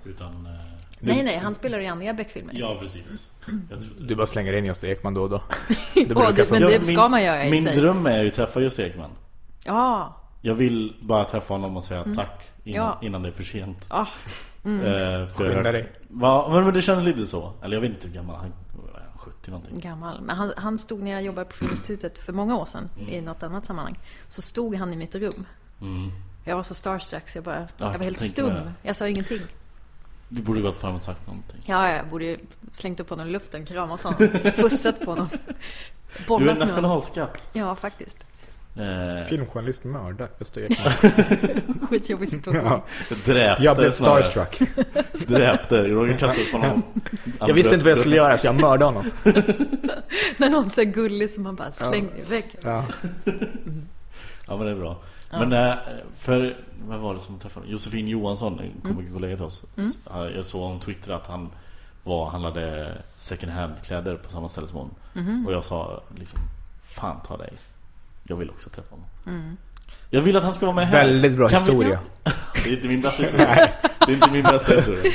Utan... Eh, Nej, nej, han spelar i andra Beck-filmer. ja, precis. Jag trodde Du bara slänger in Gösta Ekman då [LAUGHS] och då. Åh, det, men Ja, det ska min- man göra i och Min för sig. dröm är ju att träffa just Ekman. Ja, Jag vill bara träffa honom och säga tack innan, Ja. innan det är för sent. ah, Eh, för jag- Skynda dig. Va, men, men det känns lite så. Eller jag vet inte hur gammal han är. han 70 någonting. gammal. Men han, han stod när jag jobbade på Filminstitutet för många år sedan i något annat sammanhang. Så stod han i mitt rum. Jag var så starstruck så jag bara, Mm. jag var jag helt tänker stum. det. Jag sa ingenting. Du borde gått fram och sagt någonting. Ja, jag borde ju slängt upp honom i luften, [LAUGHS] kramat honom, pussat på honom. Du är Bollat en med honom. nationalskatt. Ja, faktiskt. Eh, Filmjournalist mördar Östra [LAUGHS] Götaland. Skitjobbig situation. [LAUGHS] Ja. dräpte Jag blev snarare. starstruck. [LAUGHS] Dräpte. Roger kastade upp honom. Jag visste inte vad jag skulle göra så jag mördade honom. När någon säger gullig så man bara slänger iväg. Ja. Ja men det är bra. Men eh, för, vem var det som träffade Josefin Johansson, en komikerkollega till oss. S- eh, Jag såg honom twittra att han var, handlade second hand kläder på samma ställe som hon. Och jag sa liksom, fan ta dig. Jag vill också träffa honom. Jag vill att han ska vara med här. Väldigt bra Kan vi- [LAUGHS] historia. Det är inte min [LAUGHS] bästa historia. det är inte min bästa historia.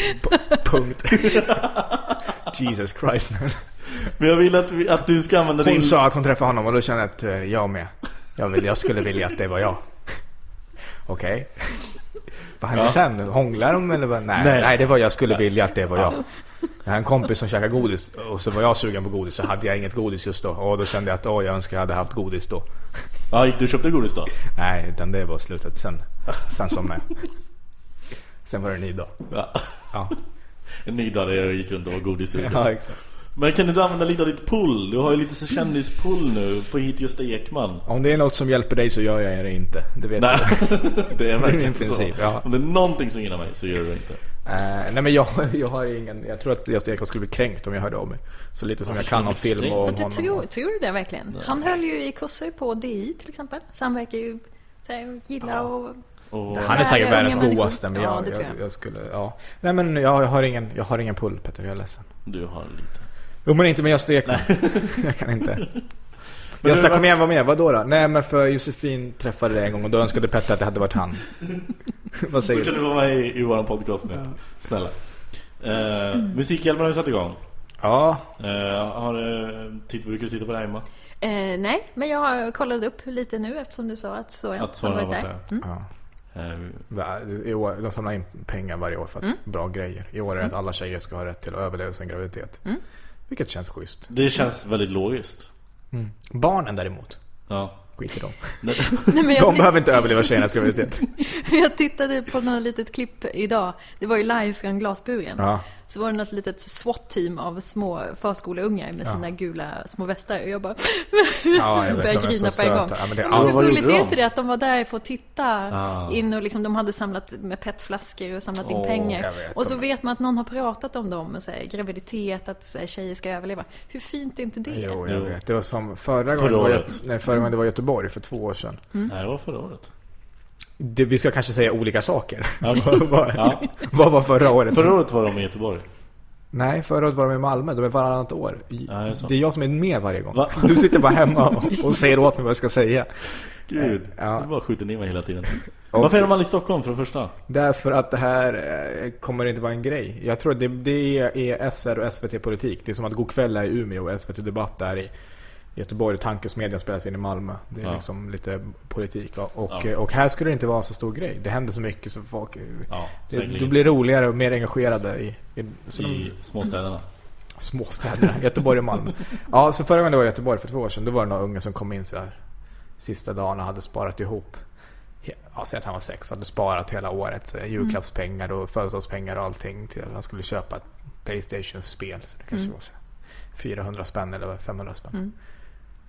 Punkt. Jesus Christ. man. Men jag vill att, vi, att du ska använda din... Hon sa att hon träffade honom och då kände jag att eh, jag med. Jag, vill, jag skulle vilja att det var jag. Okej. Vad hände Ja. sen? Hånglar de eller? Vad? Nej, Nej. nej. det var jag skulle vilja att det var jag. Jag hade en kompis som käkade godis och så var jag sugen på godis så hade jag inget godis just då. Och då kände jag att åh, jag önskar jag hade haft godis då. Ja, gick du och köpte godis då? Nej, utan det var slutet. Sen, sen somnade jag. Sen var det en ny dag. Ja. Ja, En ny dag där jag gick runt och var godissugen. ja exakt. Men kan du inte använda lite av ditt pull? Du har ju lite så kändispull nu. Få hit just Ekman. Om det är något som hjälper dig så gör jag det inte. Det vet Nej, du. [LAUGHS] det är verkligen Min princip, så. ja. Om det är någonting som gynnar mig så gör du det inte. Eh, nej men jag, [LAUGHS] jag har ingen, jag tror att jag Ekholm skulle bli kränkt om jag hörde av mig. Så lite som Varför jag skulle kan han om bli film kränkt? och om Fast du honom. tror, tror du det verkligen? Han höll ju i kurser på DI till exempel. Så han verkar ju så här, gilla och... Och, Han är säkert Nej, jag är världens med människor. godaste men Ja, jag, det tror jag, jag. jag skulle, ja. Nej men jag, jag har ingen, jag har ingen pull Petter, jag är ledsen. du har lite. Jo men inte med Gösta Ekholm. [LAUGHS] jag kan inte. du, Gösta vad- kom igen, var med, vadå då? Nej men för Josefin träffade dig en gång och då önskade Petter att det hade varit han. Vad Så säger kan du? du vara med i, i vår podcast nu. Snälla. Eh, Musikhjälpen har ju satt igång. Ja, Eh, har, eh, titt, brukar du titta på det här Emma? Eh, nej, men jag kollade upp lite nu eftersom du sa att Soran Att Soran har varit där. ja. Eh, Va- I år, de samlar in pengar varje år för att bra grejer. I år är det att alla tjejer ska ha rätt till att överleva sin graviditet. Vilket känns schysst. det känns väldigt logiskt. Barnen däremot, Ja. skit i dem. [LAUGHS] Nej, men jag, De ti- behöver inte överleva tjejernas graviditet. [LAUGHS] jag tittade på något litet klipp idag. Det var ju live från glasburen. Ja. Så var det något litet SWAT-team av små förskoleungar med sina gula små västar. Och jag bara Ja, jag vet, de är [LAUGHS] började så grina på en söta. gång. Ja, men det- men ja, hur vad gulligt gjorde är de? inte det att de var där för att titta Ah. in och liksom, de hade samlat med petflaskor och samlat in Åh, jag pengar. vet, Och så de- vet man att någon har pratat om dem, så här, graviditet, att så här, tjejer ska överleva. Hur fint är inte det? Jo, jag Jo. vet. Det var som förra Förra gången, det var, året. Gö- nej, förra gången det var Göteborg för två år sedan. [LAUGHS] Nej, det var förra året. Det, vi ska kanske säga olika saker. Ja. [LAUGHS] vad, var, Ja. vad var förra året? Förra året var de i Göteborg. Nej, förra året var de i Malmö. De är varannat år. I- Ja, det är så. det är jag som är med varje gång. Va? Du sitter bara hemma och, och säger åt mig vad jag ska säga. Gud, Ja. du bara skjuter ner mig hela tiden. Varför är de aldrig i Stockholm för det första? Därför att det här eh, kommer inte vara en grej. Jag tror att det, det är SR och SVT politik. Det är som att Go'kväll är i Umeå och SVT Debatt är i Göteborg och Tankesmedjan spelas in i Malmö. Det är Ja. liksom lite politik. Och, och, Ja. och här skulle det inte vara en så stor grej. Det händer så mycket som folk... Ja, det, säkerligen. du blir roligare och mer engagerade i, i, så de I småstäderna. småstäderna. Göteborg och Malmö. Ja, så förra gången det var i Göteborg för två år sedan. Då var det några unga som kom in så här sista dagen och hade sparat ihop. he- Ja, säg att han var sex och hade sparat hela året. Så här, julklappspengar och födelsedagspengar och allting. Till att han skulle köpa ett Playstation-spel. Så det kanske var så här 400 spänn eller 500 spänn.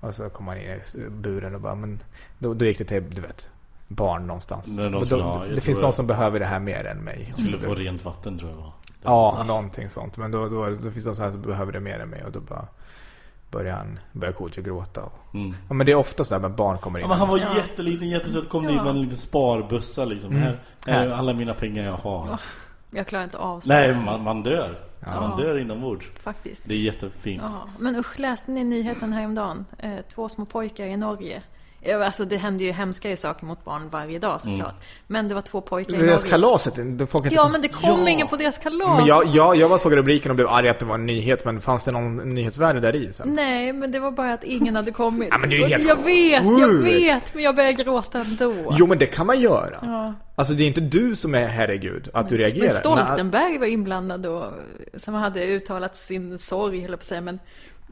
Och så kom han in i s- buren och bara, men då, då gick det till, du vet, barn någonstans. När de Och då- skulle ha- jag det tror finns jag- de som behöver det här mer än mig. Och så- Skulle få rent vatten tror jag det var. Ja, någonting sånt. Men då, då, då finns det så här som behöver det mer än mig och då bara börjar han, börjar Kodjo gråta. Och, Mm. ja, men det är ofta så där med barn kommer in. Ja, men han var Ja. jätteliten, jättesöt, kom dit med en liten sparbössa liksom. Mm. Här, här är alla mina pengar jag har. Jag klarar inte av sånt Nej, man, man dör. Man dör inombords. faktiskt. Det är jättefint. Ja, men usch, läste ni nyheten häromdagen? Eh, två små pojkar i Norge. Eh, Alltså det händer ju hemskare saker mot barn varje dag såklart. Mm. Men det var två pojkar i det är Norge. kalaset, då folk inte Ja, men det kom Ja. ingen på deras kalas. Men jag, jag, jag bara såg rubriken och blev arg att det var en nyhet, men fanns det någon nyhetsvärde där i sen? Nej, men det var bara att ingen hade kommit. Ja, men det är ju Och helt jag vet, jag sjukt. vet, men jag började gråta ändå. Jo men det kan man göra. Alltså det är inte du som är herregud, att du reagerar. men Stoltenberg var inblandad och som hade uttalat sin sorg, höll jag på att säga, men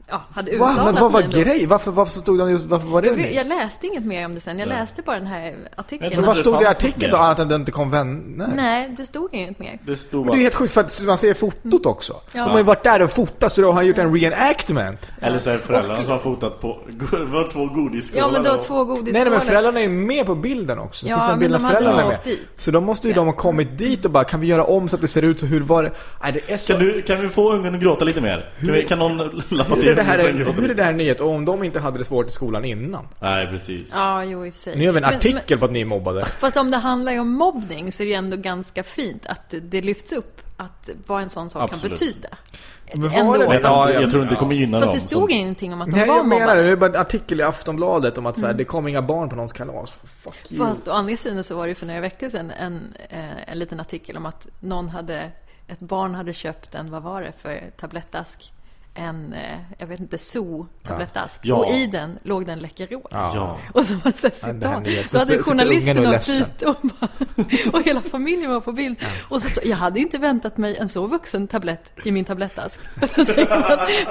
ja, hade Va? uttalat Men vad sig var ändå. grejen? Varför, varför så stod den just, varför var det Jag, vet- jag med? läste inget mer om det sen. Jag läste bara den här Jag artikeln. tror Men vad det stod det i fanns något artikeln mer. då annat än att det inte kom vänner? Nej, det stod inget mer. Det stod Men Det är bara, ju helt sjukt för att man ser fotot också. Ja. De har ju varit där och fotat så då har han gjort en reenactment. eller så är det föräldrarna som har fotat på, [LAUGHS] det var två godisskålar Ja, men då och- två Nej, godisskålar. nej men föräldrarna är med på bilden också. Det Ja, finns en men bild de av hade föräldrarna ju är med. åkt dit. Så de måste ju de ha kommit dit och bara kan vi göra om så att det ser ut så hur var det? Nej, det är så... Kan, du, kan vi få ungen att gråta lite mer? Kan, vi, kan någon lappa hur, är till det här, ungen så den är- gråter hur är lite? det här en nyhet? Och om de inte hade det svårt i skolan innan? Nej, precis. Ja, jo i och för sig. Nu gör vi en Men- artikel Men, på att ni [LAUGHS] är mobbade. fast om det handlar om mobbning så är det ju ändå ganska fint att det- det lyfts upp. Att vad en sån sak Absolut. kan betyda. Men var Ändå. det det? Men jag, Ja, jag, ja. jag tror inte det kommer gynna Fast dem. det som- stod ingenting om att de Nej, var jag menar mobbade. Mm. det. Det är bara en artikel i Aftonbladet om att så här, det kom inga barn på någons kalas. Fuck you. Fast å andra sidan så var det ju för några veckor sedan en, eh, en liten artikel om att någon hade, ett barn hade köpt en, vad var det för tablettask? En, eh, jag vet inte, zoo-tablettask. Ja. Och i den låg den Läkerol. Ja. Och så var det så här Ja, det citat. här nyhets- Då hade så- så- ungen journalisten är åkt ledsen. dit [LAUGHS] och, bara, och hela familjen var på bild. Och så stod, jag hade inte väntat mig en så vuxen tablett i min tablettask. [LAUGHS] Då tänker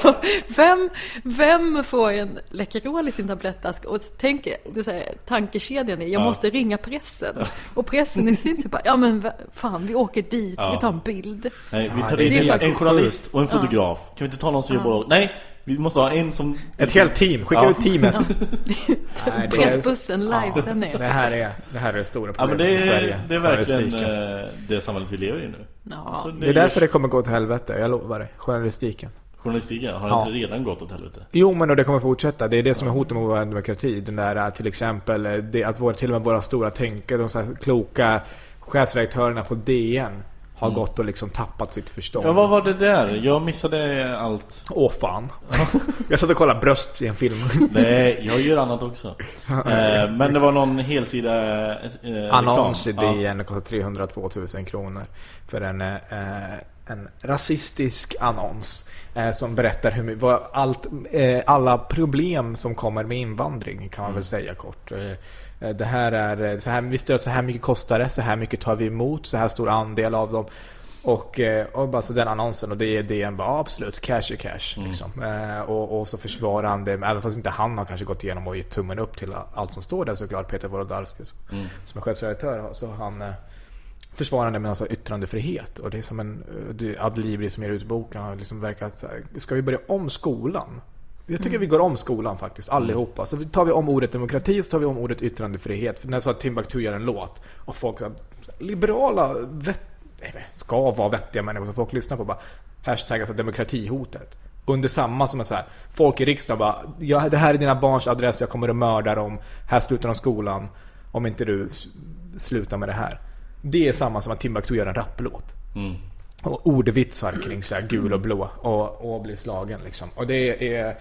man, vem, vem får en Läkerol i sin tablettask? Och tänk, det är så här, tankekedjan är, jag måste ringa pressen. Och pressen i sin tur bara, ja men va- fan vi åker dit, vi tar en bild. [LAUGHS] Nej, vi tar det är dit en, faktiskt en journalist och en fotograf. Kan vi inte ta någon som jobbar åt... Nej, vi måste ha en som... Ett helt team. Skicka Ja. ut [LAUGHS] teamet. Nej, det är- Pressbussen, livesändning. Det här är det här är det stora Ja men problemet det i Sverige. är, det är verkligen Journalistiken. eh, det samhället vi lever i nu. Ja. Alltså, Det är därför det kommer gå åt helvete, jag lovar dig. Journalistiken. Journalistiken, har Ja. inte redan gått åt helvete? Jo, men och det kommer fortsätta. Det är det som är hotet mot vår demokrati. Den där eh, till exempel eh, det att våra, till och med våra stora tänkare, de så här kloka chefredaktörerna på DN har gått och liksom tappat sitt förstånd. Mm. Ja vad var det där? Jag missade allt. Åh fan. [LAUGHS] jag satt och kollade bröst i en film. Nej, jag gör annat [LAUGHS] också. eh, men det var någon helsida eh, eh, Annons i reklam. Ja. DN kostar 302 000 kronor. För en, eh, eh, en rasistisk annons. Eh, som berättar hur, my- vad allt, eh, alla problem som kommer med invandring kan man Mm. väl säga kort. Eh, eh, det här är, eh, så här, vi stöd, så här mycket kostar det, så här mycket tar vi emot, så här stor andel av dem. Och, eh, och bara så den annonsen och det är DN bara "Ja, absolut, cash är cash. Liksom. Eh, och, och så försvarar han det, även fast inte han har kanske gått igenom och gett tummen upp till allt som står där såklart. Peter Wolodarski som- som är chefsredaktör. Så han eh, försvarar det med alltså yttrandefrihet. Och det är som en eh, det är ad libri som ger ut boken. Och liksom verkar så här, ska vi börja om skolan? Jag tycker vi går om skolan faktiskt, allihopa. Så tar vi om ordet demokrati, så tar vi om ordet yttrandefrihet. För när jag sa att Timbuktu gör en låt och folk så här, liberala, vett, nej, men ska vara vettiga människor som folk lyssnar på bara hashtaggas av demokratihotet. Under samma som är så här, folk i riksdagen bara ja, det här är dina barns adress, jag kommer att mörda dem, här slutar de skolan om inte du s- slutar med det här. Det är samma som att Timbuktu gör en rapplåt. Mm. Och ordvitsar kring så här gul och blå och, och blir slagen liksom. Och det är,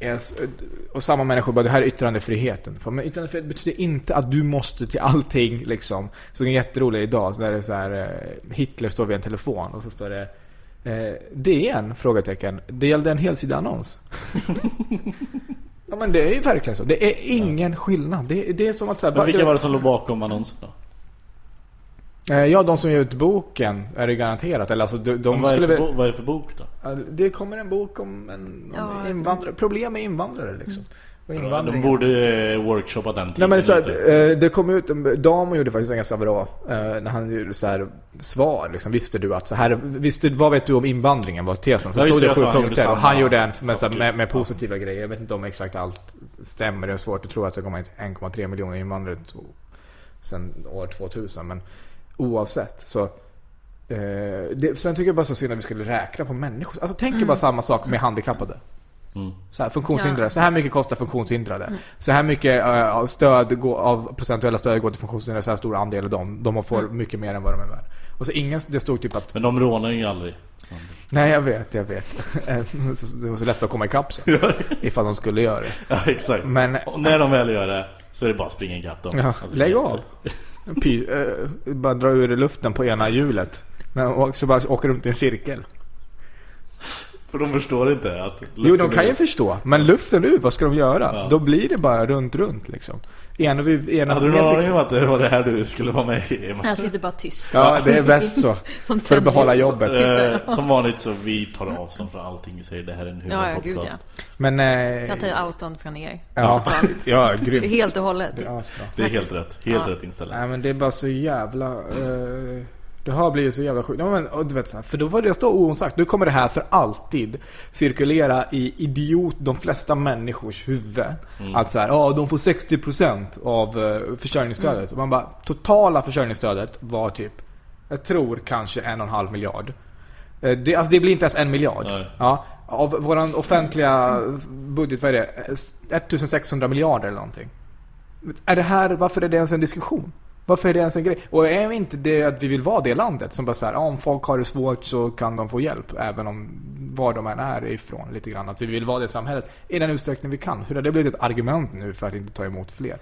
är och samma människor bara, det här är yttrandefriheten. För- Men yttrandefrihet betyder inte att du måste till allting liksom. Så en jätterolig idag, så där är det så här, eh, Hitler står vid en telefon och så står det eh, DN? Frågetecken. Det gällde en helsidannons. [LAUGHS] ja men det är ju verkligen så. Det är ingen skillnad. Det, det är som att så här, bara- Men vilka var det som låg bakom annonsen då? Eh, Ja, de som ger ut boken är det garanterat. Eller alltså, de, de Vad är, skulle det för, väl... bo- vad är det för bok då? Ja, Det kommer en bok om en om Ja, invandrare. Problem med invandrare liksom. Och De invandringen. borde eh, workshoppa den Nej titeln men så att, lite. eh, det kom ut, en- Damo gjorde faktiskt en ganska bra, eh, när han gjorde så här svar liksom. Visste du att så här, visste, vad vet du om invandringen var tesen? Så Ja, just stod det, det sju jag sa han gjorde punkter och samma, han gjorde en med, fast så här, med, typ. med positiva grejer. Jag vet inte om exakt allt stämmer, det är svårt att tro att det kommer 1,3 miljoner invandrare to- sen år 2000 men oavsett så eh, det, sen tycker jag bara så synd att vi skulle räkna på människor. Alltså tänk er bara samma sak med handikappade. Mm. Så här, funktionshindrade. Ja. Så här mycket kostar funktionshindrade. Så här mycket eh, av stöd går, av procentuella stöd går till funktionshindrade. Så här stor andel av dem. De får Mm. mycket mer än vad de är värda. Och så ingen, det stod typ att Men de rånar ju aldrig. [LAUGHS] Nej jag vet, [LAUGHS] jag vet. Så- det var så lätt att komma [LAUGHS] ikapp sen. Ifall de skulle göra det. Ja exakt. Men- Och när de väl gör det så är det bara att springa ikapp dem. Ja, Alltså, lägg jätte- av. Py, eh, bara dra ur luften på ena hjulet. Men, och så bara åker runt i en cirkel. För de förstår inte att Jo, luften de kan är- ju förstå. Men luften ut, vad ska de göra? Ja. Då blir det bara runt, runt liksom. Ena vid, ena Hade du ena- någon aning om att det var det här du skulle vara med i? Eh, Emma? Jag sitter bara tyst. Ja, det är [LAUGHS] bäst så. Som För att behålla tennis. jobbet. Eh, [LAUGHS] som vanligt så vi tar avstånd från allting vi säger. Det här är en Ja, ja, humorpodcast. gud, ja. Men... Eh, Jag tar ju avstånd från er. ja, [LAUGHS] ja, grymt. Helt och hållet. Ja, asbra. Det är helt rätt. Helt Ja. rätt inställning. Nej men det är bara så jävla... Eh, det har blivit så jävla sjukt. Ja, men, och du vet, så här, för då var det jag står oemotsagt. Nu kommer det här för alltid cirkulera i idiot, de flesta människors huvud. Att så här, ja de får 60% av eh, försörjningsstödet. Och man bara, totala försörjningsstödet var typ, jag tror kanske en och en halv miljard. Eh, Det, alltså det blir inte ens en miljard. Nej. Ja, av våran offentliga budget, vad är det? Eh, s- 1600 miljarder eller någonting. Är det här, varför är det ens en diskussion? Varför är det ens en grej? Och är inte det att vi vill vara det landet som bara så här, ja, om folk har det svårt så kan de få hjälp även om var de än är ifrån lite grann. Att vi vill vara det samhället i den utsträckning vi kan. Hur har det blivit ett argument nu för att inte ta emot fler?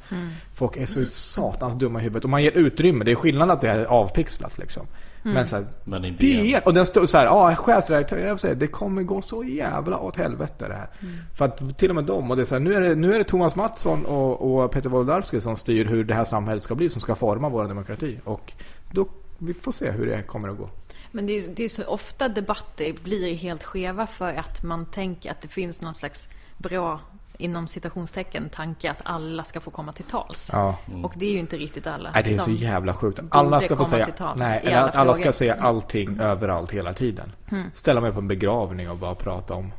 Folk är så satans dumma i huvudet och man ger utrymme. Det är skillnad att det är avpixlat liksom. Men så här, Men inte igen. DN. Och den står så här, ja chefredaktör, jag säger det kommer gå så jävla åt helvete det här. Mm. För att till och med de, och det är så här, nu är det, nu är det Thomas Mattsson och, och Peter Wolodarski som styr hur det här samhället ska bli, som ska forma vår demokrati. Och då, vi får se hur det kommer att gå. Men det är, det är så ofta debatter blir helt skeva för att man tänker att det finns någon slags bra, inom citationstecken, tanke att alla ska få komma till tals. Ja. Och det är ju inte riktigt alla. Nej, det är så som- jävla sjukt. borde Alla ska få komma säga, till tals nej, i eller alla att alla ska frågor. Mm. säga allting överallt hela tiden. Ställa mig på en begravning och bara prata om,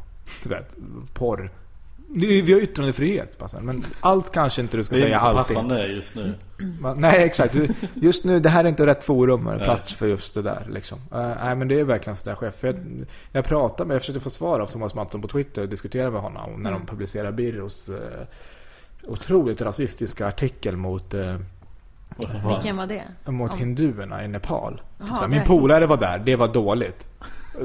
du vet, porr. Nu, Vi har yttrandefrihet, bara så här, men allt kanske inte du ska Det är säga inte så allting. passande just Mm. nu. Va? Nej, exakt. Du- Just nu, det här är inte rätt forum eller plats för just det där. Liksom. Eh, nej, men det är verkligen sådär chef. För Jag, jag pratade med, jag försökte få svar av Thomas Mattsson på Twitter och diskutera med honom när Mm. de publicerar Birros eh, otroligt rasistiska artikel mot eh, Vilken var det? mot hinduerna i Nepal. Typ Jaha, så här, det- Mm. min polare var där, det var dåligt.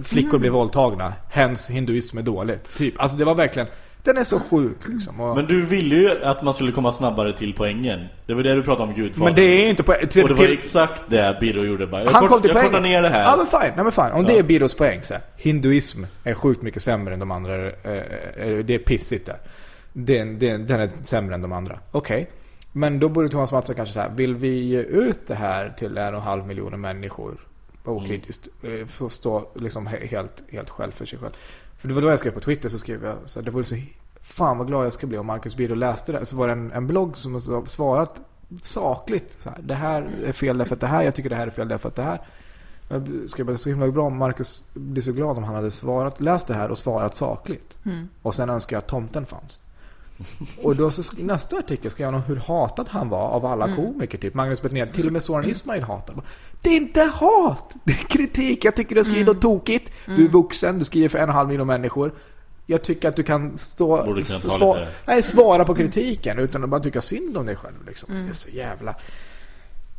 Flickor blev våldtagna, hens hinduism är dåligt. Typ. Alltså det var verkligen, den är så sjuk liksom. Och, Men du ville ju att man skulle komma snabbare till poängen. Det var det du pratade om Gudfadern. men det är inte på... Till, Och det var till- exakt det Birro gjorde bara. Jag, Han kort, kom till jag poängen. kortar ner det här. Ja men fine, nej, men fine. Om det Ja. är Birros poäng så här. Hinduism är sjukt mycket sämre än de andra. eh, eh, Det är pissigt där. Den, den, den är sämre än de andra. Okej. Men då borde Thomas Mattsson kanske så här. Vill vi ge ut det här till en och en halv miljon människor okritiskt? Mm. Få stå liksom he- helt, helt själv för sig själv. För det var då jag skrev på Twitter så skrev jag så här, det vore så Fan vad glad jag ska bli om Marcus Birro läste det. Så var det en, en blogg som har svarat sakligt. Så här, det här är fel därför att det här. Jag tycker det här är fel därför att det här. Jag skrev bara, det är så himla bra om Marcus blir så glad om han hade svarat, läst det här och svarat sakligt. Och sen önskar jag att tomten fanns. Och då så sk- nästa artikel skrev han om hur hatad han var av alla komiker. Typ Magnus Betnér, till och med Soran Ismail hatade Det är inte hat! Det är kritik. Jag tycker du har skrivit något tokigt. Du är vuxen, du skriver för en och en halv miljon människor. Jag tycker att du kan stå... Borde kunna ta sva- lite- nej, svara på kritiken utan att bara tycka synd om dig själv. Liksom. Det är så jävla...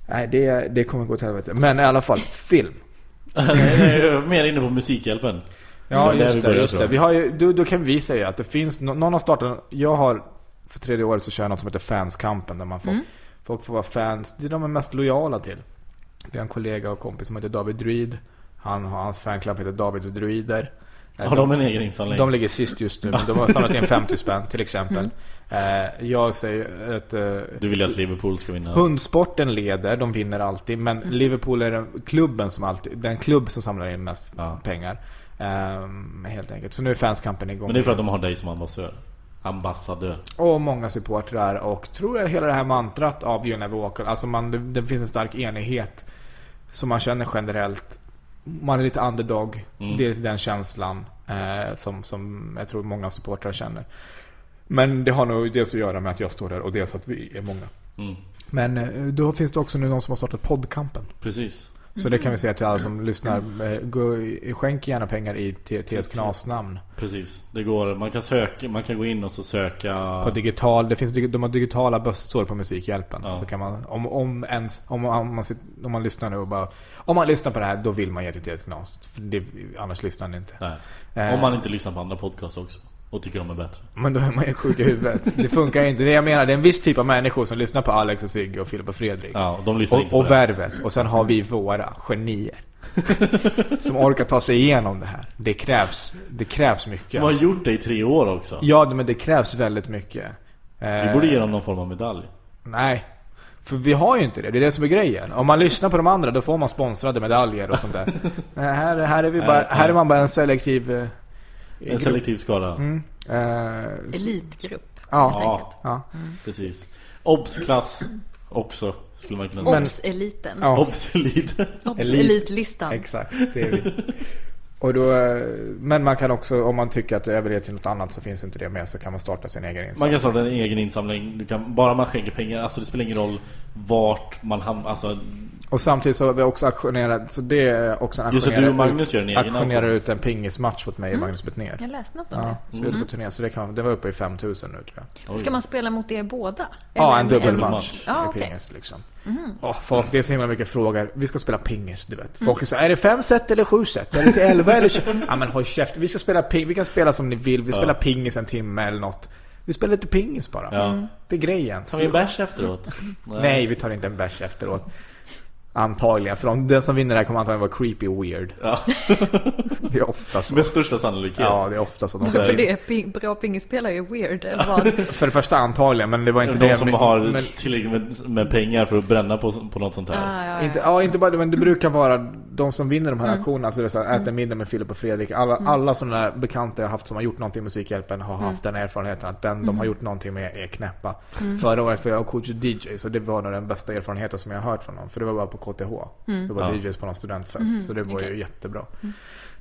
Nej, det, det kommer gå åt helvete. Men i alla fall, film. [LAUGHS] jag är mer inne på Musikhjälpen. Ja, Det är där vi just det. börjar, Just tror det. jag. Vi har ju, då, då kan vi säga att det finns, nå- någon har startat, jag har för tredje året så kör jag något som heter Fanskampen där man får, folk får vara fans, det är de är mest lojala till. Vi har en kollega och kompis som heter David Druid. Han har, hans fanclub heter Davids Druider. Eh, Har de en egen insamling? de ligger sist just nu, men de har samlat [LAUGHS] in 50 spänn till exempel. Mm. Eh, jag säger att eh, Du vill ju att Liverpool ska vinna. Hundsporten leder, de vinner alltid. Men Liverpool är den klubben som alltid, den klubb som samlar in mest Ja. pengar. Ehm, helt enkelt. Så nu är fanskampen igång. Men det är för att de har dig som ambassadör. Ambassadör. Och många supportrar och tror jag hela det här mantrat av You Never Walk Alone. Alltså man, det, det finns en stark enighet som man känner generellt. Man är lite underdog. Det är lite den känslan eh, som, som jag tror många supportrar känner. Men det har nog dels att göra med att jag står där och dels att vi är många. Men eh, då finns det också nu någon som har startat Poddkampen. Precis. Så det kan vi säga till alla som lyssnar. eh, Gå, skänk gärna pengar i TTS Knas namn. Precis. Det går. Man kan söka. Man kan gå in och så söka. På digital, det finns, dig- de har digitala bössor på Musikhjälpen. Så kan man, om, om ens, om, om, man, sit- om man lyssnar nu och bara... Om man lyssnar på det här, då vill man ge till TTS Knas. För det, annars lyssnar ni inte. Eh. Nej. Om man inte lyssnar på andra podcasts också. Och tycker de är bättre. Men då är man ju sjuk i huvudet. Det funkar inte. Det jag menar, det är en viss typ av människor som lyssnar på Alex och Sigge och Filip och Fredrik. Ja, och de lyssnar inte och, på och det. [LAUGHS] Värvet. Och sen har vi våra genier. Som orkar ta sig igenom det här. Det krävs, det krävs mycket. Som har gjort det i tre år också. Ja, men det krävs väldigt mycket. Vi borde ge dem någon form av medalj. Nej. För vi har ju inte det, det är det som är grejen. Om man lyssnar på de andra då får man sponsrade medaljer och [LAUGHS] sånt där. Nej, här, här, är vi bara, här är man bara en selektiv... eh, En selektiv skara. Mm. eh, s- Elitgrupp. ja, Ja, ja. precis. Obs-klass också, skulle man kunna säga. Obs-eliten. Ja. Obs-elit. Obs-elitlistan. Exakt, det är vi. Och då, eh, men man kan också, om man tycker att det överleder till något annat så finns inte det med så kan man starta sin egen insats. Man kan starta en egen insamling. Du kan, bara man skänker pengar. Alltså det spelar ingen roll vart man hamnar. Alltså, Och samtidigt så har vi också aktionerat, så det är också en Just det, aktionerar du och Magnus ut- gör en egen Aktionerar aktion. ut en pingismatch mot mig Mm. och Magnus Betnér. Jag läste något om Ja, så vi är ute på turné, så det, kan, det var uppe i 5000 nu tror jag. det. Ska man spela mot er båda? Ja, en Eller- dubbelmatch Ja, i okej. pingis liksom. Mhm. Åh, folk, det är så himla mycket frågor. Vi ska spela pingis, du vet. Folk Mm. är så är det fem set eller sju set? Är det till elva eller tjugo? Ja men håll käften. Vi ska spela ping, vi kan spela som ni vill. Vi spelar pingis en timme eller något. Vi spelar lite pingis bara. Ja. Det är grejen. Tar vi en bärs efteråt? Nej, vi tar inte en bärs efteråt. Antagligen, för om den som vinner det här kommer antagligen vara creepy weird. Ja. [LAUGHS] Det är ofta så. Med största sannolikhet. Ja, det är ofta [LAUGHS] så. De Så För säger. det är ping, bra pingisspelare är weird. eller [LAUGHS] Vad? För det första antagligen, men det var inte De det. som men- har men- tillräckligt med, med pengar för att bränna på, på något sånt här. Ja, ja, ja. Inte, ja, inte bara det, men det brukar vara de som vinner de här Mm. auktionerna, alltså det är så här, äter middag med Filip och Fredrik. Alla, alla sådana där bekanta jag haft som har gjort någonting med Musikhjälpen har haft Mm. den erfarenheten att den de har gjort någonting med är knäppa. Förra året var jag och coach DJ, så det var nog den bästa erfarenheten som jag har hört från dem. För det var bara på KTH. Det var Ja. DJs på någon studentfest, så det var ju Mm. Mm-hmm. okej. Mm. jättebra.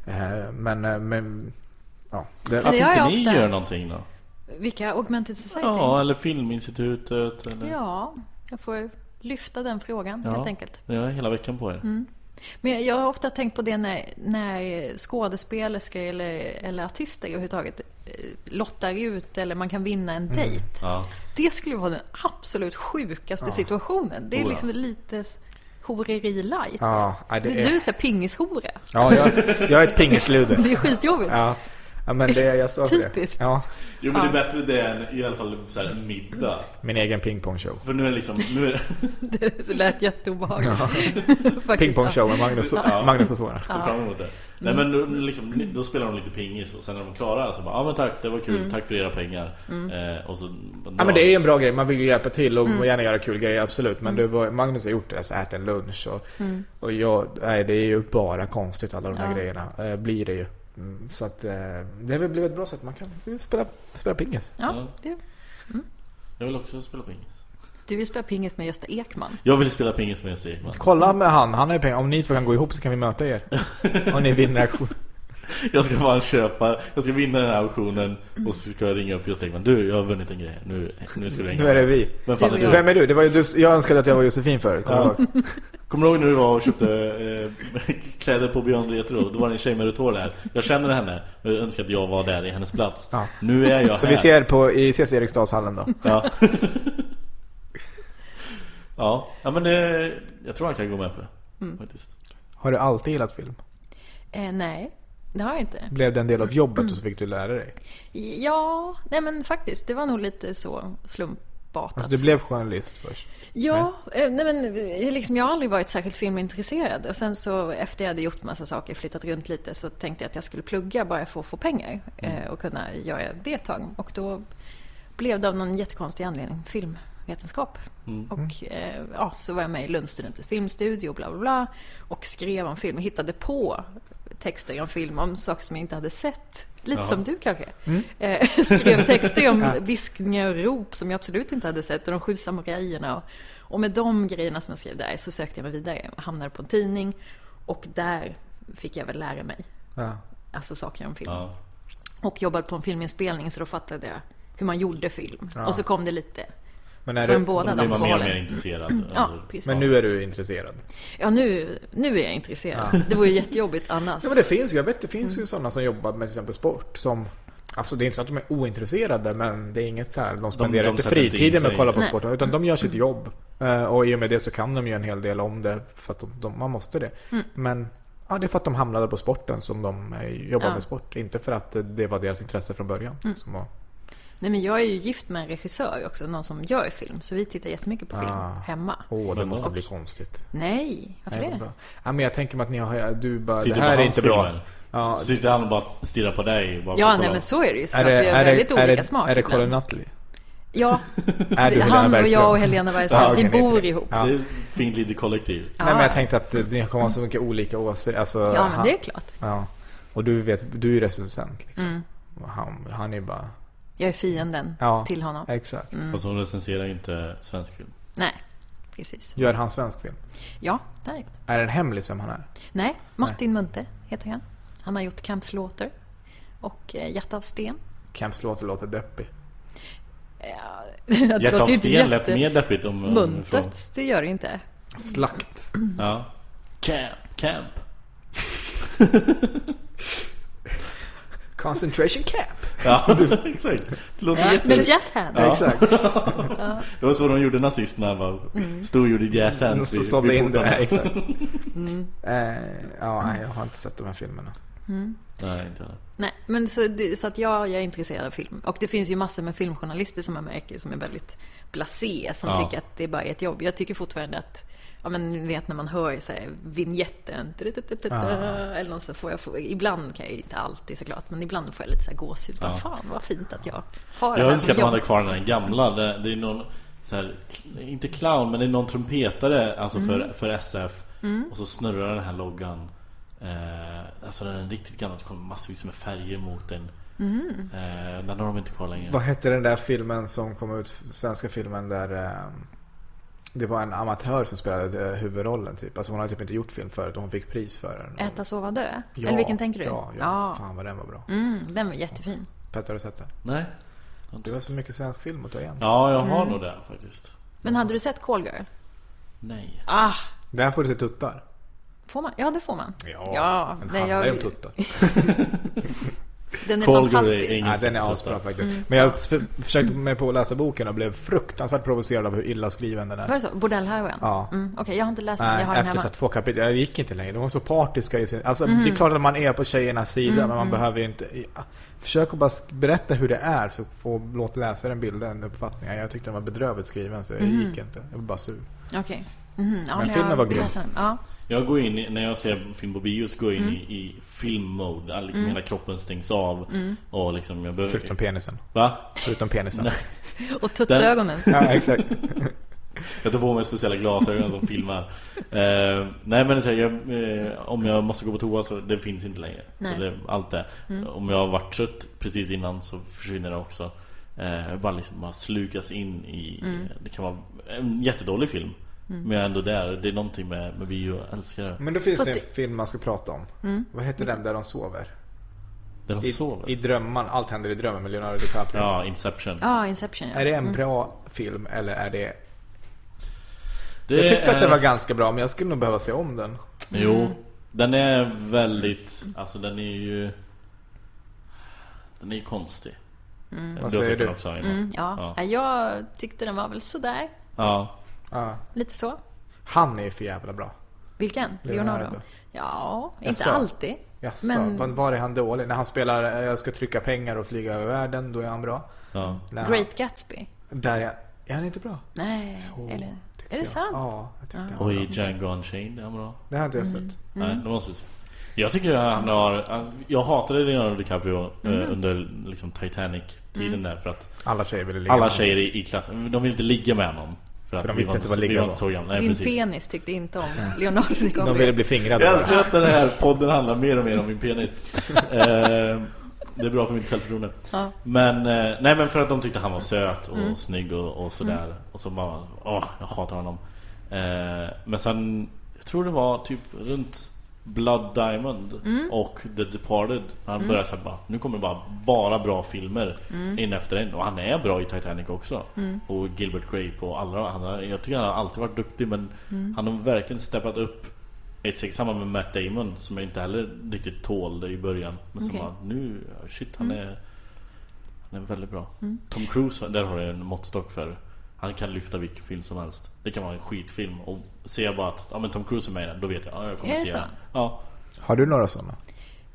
Eh, Men, eh, men ja. Det, Men det Att gör inte jag ni ofta. gör någonting då? Vilka? Augmented Society? Ja, eller Filminstitutet eller... Ja, jag får lyfta den frågan Ja. helt enkelt. Ni har hela veckan på er. Men jag har ofta tänkt på det när, när skådespelerskor eller, eller artister överhuvudtaget eh, lottar ut eller man kan vinna Mm. en dejt. Ja. Det skulle ju vara den absolut sjukaste situationen. Det är Oja. liksom lite s- horeri light. Oh, Ja, nej, det Du- är- Du är såhär pingishora. ja, jag, jag är ett pingisluder. [LAUGHS] Det är skitjobbigt. Ja. ja, men det, jag står för det. Typiskt. Ja, Jo men det är bättre det än i alla fall så här, en middag. min egen pingpongshow. För nu är det liksom... Nu är, Det lät jätteobehagligt. [LAUGHS] Faktiskt, Pingpongshow med Magnus, Ja. Magnus och Sora. ser fram emot det. Nej men då- liksom, då spelar de lite pingis och sen när de är klara så bara ja ah, men tack, det var kul, tack för era pengar. Eh, och så... Ja men det är ju en bra grej, man vill ju hjälpa till och Mm. gärna göra kul grejer absolut. Men det var, Magnus har gjort det, så ätit en lunch och, Mm. och jag, nej det är ju bara konstigt alla de här grejerna. Eh, blir det ju. Mm, så att eh, det har väl blivit ett bra sätt, man kan ju spela, spela pingis. Ja, det, Jag vill också spela pingis. du vill spela pingis med Gösta Ekman. Jag vill spela pingis med Stig Ekman. Kolla med han, han har ju pengar. Om ni två kan gå ihop så kan vi [LAUGHS] möta er. Om ni vinner auktion. Jag ska bara köpa, jag ska vinna den här auktionen och så ska jag ringa upp just Ekman. Du, jag har vunnit en grej här. Nu, nu ska du hänga Nu är det vi. Vem fan Du är och du? Vem är du? Det var ju du? Jag önskade att jag var Josefin förut, kommer Ja. du ihåg? Kommer du ihåg när du var och köpte eh, [LAUGHS] kläder på Beyond Retro? Då var det en tjej med rött hår där. Jag känner henne och jag önskar att jag var där i hennes plats. Ja. Nu är jag Så här. vi ser på, i, ses i Eriksdalshallen då. Ja. [LAUGHS] ja. ja, men eh, jag tror han kan gå med på det. Mm. Faktiskt. Har du alltid gillat film? Eh, nej, det har jag inte. Blev det en del av jobbet och så fick du lära dig? Ja, nej men faktiskt. Det var nog lite så slumpartat. Alltså du blev journalist först? Ja, eh, nej men eh, liksom, jag har aldrig varit särskilt filmintresserad. Och sen så efter jag hade gjort massa saker, flyttat runt lite, så tänkte jag att jag skulle plugga bara för att få pengar eh, och kunna göra det ett tag. Och då blev det av någon jättekonstig anledning filmvetenskap. Och eh, ja, så var jag med i Lunds studenters filmstudio, bla bla bla. Och skrev om film, hittade på texter om film, om saker som jag inte hade sett. Lite som du kanske. Mm. Eh, [LAUGHS] skrev texter om viskningar och rop som jag absolut inte hade sett. Och de sju samurajerna. Och, och med de grejerna som jag skrev där så sökte jag mig vidare. och Hamnade på en tidning. Och där fick jag väl lära mig. Ja. Alltså saker om film. Ja. Och jobbade på en filminspelning så då fattade jag hur man gjorde film. Och så kom det lite Men, är från du, Då båda blir de man två mer och mer hållen. intresserad. Mm. Ja, Eller- precis. men nu är du intresserad? Ja, nu, nu är jag intresserad. Det vore jättejobbigt annars. Ja men det finns ju, jag vet det finns ju sådana som jobbar med till exempel sport som Alltså det är inte så att de är ointresserade men det är inget så här, de spenderar de inte sätter inte in fritiden med sig. att kolla på Nej. sporten utan de gör sitt jobb. Eh, Och i och med det så kan de ju en hel del om det för att de, de, man måste det. Mm. Men ja, det är för att de hamnade på sporten som de eh, jobbar Ja. Mm. med sport. Inte för att eh, det var deras intresse från början. Som var, Nej men jag är ju gift med en regissör också, någon som gör film. Så vi tittar jättemycket på film Ah. hemma. Åh, det Vem måste då? bli konstigt. Nej, varför Nej, vad det? bra. Ja, men jag tänker mig att ni har... Du bara, Tittar det på här är hans inte bra. filmer. Ja, Sitter han och bara stirrar på dig? Bara för Ja, att nej kolla. men så är det ju är såklart. det, Vi har är väldigt det, är olika det, smak är det ibland. Colin Nutley? Ja, Är du Helena han och Bergström? jag och Helena Bergström, Ja, okej, vi ni heter bor det. ihop. Ja. Det är ett fint litet kollektiv. Ja. Nej men jag tänkte att det kommer vara så mycket olika åsikter. Alltså, Ja, men han- det är klart. Mm. ja. Och du vet, du är ju recensent liksom. Och Han, han är ju bara... Jag är fienden Ja, till honom. Mm. exakt. Fast hon recenserar ju inte svensk film. Nej, precis. Gör han svensk film? Ja, det har jag gjort. Är det en hemlis vem han är? Nej, Martin Munthe heter han. Han har gjort Camp Slaughter och eh, Hjärta av sten. Camps låter låter deppig. [LAUGHS] Det Hjärta av låter ju inte sten lät jätte- mer deppigt om... om- från- Muntet, Mm. det gör det inte. Slakt. Ja. Camp, camp. Concentration camp. Ja, [LAUGHS] exakt. Det låter The jätte... Jazz Hands. Exakt. Det var så de gjorde nazisterna. Bara, Mm. Stod och gjorde jazz Och hands så vid- sålde vid in det. portarna. här, Exakt. Mm. Eh, ja, nej, jag har inte sett de här filmerna. Nej, inte heller. Nej, men så, det- så att jag, jag är intresserad av film. Och det finns ju massor med filmjournalister som jag märker som är väldigt blasé, som Ja. tycker att det bara är ett jobb. Jag tycker fortfarande att, ja men ni vet när man hör så här, vignetten, eller något så får jag, få- ibland kan jag inte alltid såklart, men ibland får jag lite så här gåshud. Vad fan vad fint att jag har Jag den önskar som att de jobb. hade kvar den här gamla. Det, det är någon, så här, inte clown, men det är någon trumpetare alltså för, Mm. för SF. Och så snurrar den här loggan. Eh, alltså den är riktigt gammal, så kommer massvis med färger mot den. Mm. Eh, den har de inte kvar längre. Vad hette den där filmen som kom ut, svenska filmen där eh, det var en amatör som spelade eh, huvudrollen typ. Alltså hon hade typ inte gjort film förut och hon fick pris för den. Äta, sova, dö? Ja, eller vilken tänker du? Ja, ja, ja. fan vad den var bra. Mm, den var jättefin. Petter, har du sett den? Nej. Det var så mycket svensk film att ta igen. Ja, jag Mm. har nog det faktiskt. Men hade du sett Call Girl? Nej. Ah, Där får du se tuttar. får man? Ja, det får man. den nej, handlar ju om jag, tuttar. den är Call Girl är fantastisk. eng- Nej, Engelska den är för asbra tuttar. faktiskt. Mm. Men jag f- försökte mig på att läsa boken och blev fruktansvärt provocerad av hur illa skriven den är. Var det så? Bordellhärvan? Ja. Mm, Okej, jag har inte läst den. Nej, jag har den efter så hemma. Mhm. här två kapitel. Jag gick inte längre. De var så partiska i sin... Alltså det är klart att man är på tjejernas sida men man behöver ju inte... Ja. Försök att bara sk- berätta hur det är så får, låt läsaren bilda en uppfattning. Jag tyckte den var bedrövligt skriven så jag Mhm. gick inte. Jag blev bara sur. Okej. Mhm, ja, Men jag filmen var vill grym. läsa den. Ja. Jag går in i, när jag ser film på bio så går jag in Mm. i, i filmmode. Där Liksom Hela kroppen stängs av. Mm. Och liksom jag behöver... Förutom penisen. Va? Förutom penisen. Och tuttögonen. ja, exakt. Jag tar på mig speciella glasögon som filmar. Eh, nej men så här, jag, eh, om jag måste gå på toa så det finns inte längre. Så Nej. Mm. det, allt det. Om jag har varit trött precis innan så försvinner det också. Eh, bara liksom bara slukas in i, Mm. eh, det kan vara en jättedålig film. Men jag är ändå där. Det är någonting med, med bio, jag älskar det. Men då finns Fast det en det- Mm. film man ska prata om. Vad heter den där de sover? Där de I, sover. I drömman. Allt händer i drömmen med Leonardo DiCaprio. ja, Inception. Ja, Inception ja. Är det en bra film eller är det... Det Jag tyckte att den är- var ganska bra men jag skulle nog behöva se om den. Jo, den är väldigt, alltså den är ju Den är ju konstig mm. Vad säger du? Också, Mm, ja. Ja. Nej, Jag tyckte den var väl sådär. ja, Ja. Lite så. Han är ju för jävla bra. Vilken? Leonardo? Leonardo. Ja, inte Jaså? alltid. Jaså, Men- men... var är han dålig? När han spelar eh, Jag ska trycka pengar och flyga över världen, då är han bra. ja. När Great Gatsby? Han, där är, är han inte bra? Nej, eller? Är det sant? Ja, jag tyckte han var Och i bra. Django Unchained är han bra Det har inte jag Mm. sett. Nej, det måste vi se Jag tycker att han har, jag hatade Leonardo DiCaprio Mm. eh, under liksom Titanic-tiden där för att Alla tjejer ville ligga Alla med tjejer i, i klassen, de vill inte ligga med honom För, att de vi visste var inte vad så- ligga Vi var var. inte så gamla, nej Din precis penis tyckte inte om Leonardo honom. DiCaprio. De ville bli fingrade. Jag bara. älskar att den här podden handlar mer och mer om min penis [LAUGHS] eh, Det är bra för mitt självförtroende Ja. Men, eh, nej men för att de tyckte han var söt och snygg och, och sådär Och så bara, åh jag hatar honom eh, Men sen, jag tror det var typ runt Blood Diamond och The Departed Han började såhär bara, nu kommer det bara, bara bra filmer in efter en Och han är bra i Titanic också Och Gilbert Grape och alla han, har- Jag tycker han har alltid varit duktig men han har verkligen steppat upp Exakt samma med Matt Damon som jag inte heller riktigt tålde i början Men som Okej. bara nu, shit han är Han är väldigt bra Tom Cruise, där har jag en måttstock för Han kan lyfta vilken film som helst Det kan vara en skitfilm och ser jag bara att ja, men Tom Cruise är med i den, då vet jag, ja, jag kommer Är det se så? den ja. Har du några sådana?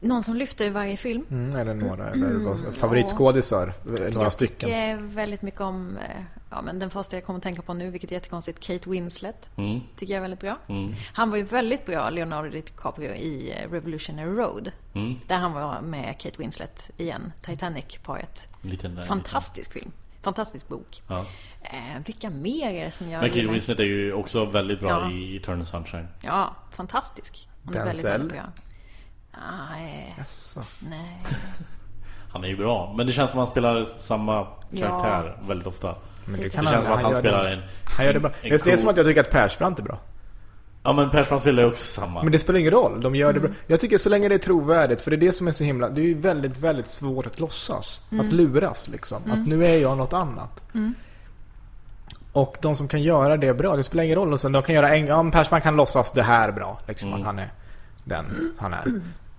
någon som lyfter i varje film. Mm, eller några, eller vad- favoritskådisar. eh, Några stycken. Eh, väldigt mycket om, eh, ja men den första jag kommer att tänka på nu, vilket är jättekonstigt, Kate Winslet. Mm. Tycker jag är väldigt bra. Han var ju väldigt bra, Leonardo DiCaprio, i eh, Revolutionary Road. Mm. Där han var med Kate Winslet igen, Titanic-paret. Liten, eh, Fantastisk film. Fantastisk bok. Ja. Eh, vilka mer är det som jag Men Kate gillar? Winslet är ju också väldigt bra Ja. i Eternal Sunshine. Ja, fantastisk. Hon är väldigt, Denzel? väldigt bra. Nej, Jaså. nej. Han är ju bra, men det känns som att han spelar samma karaktär väldigt ofta. Men Det känns som att han gör spelar det. en... Han gör det en- bra. en Just det är cool- som att jag tycker att Persbrandt är bra. Ja men Persman spelar ju också samma. Men det spelar ingen roll, de gör det Mm. bra. Jag tycker så länge det är trovärdigt, för det är det som är så himla... Det är ju väldigt, väldigt svårt att låtsas. Mm. Att luras liksom. Att nu är jag något annat. Och de som kan göra det bra, det spelar ingen roll. Och sen de kan göra en... Ja, men Persman kan låtsas det här bra. Liksom att han är den han är.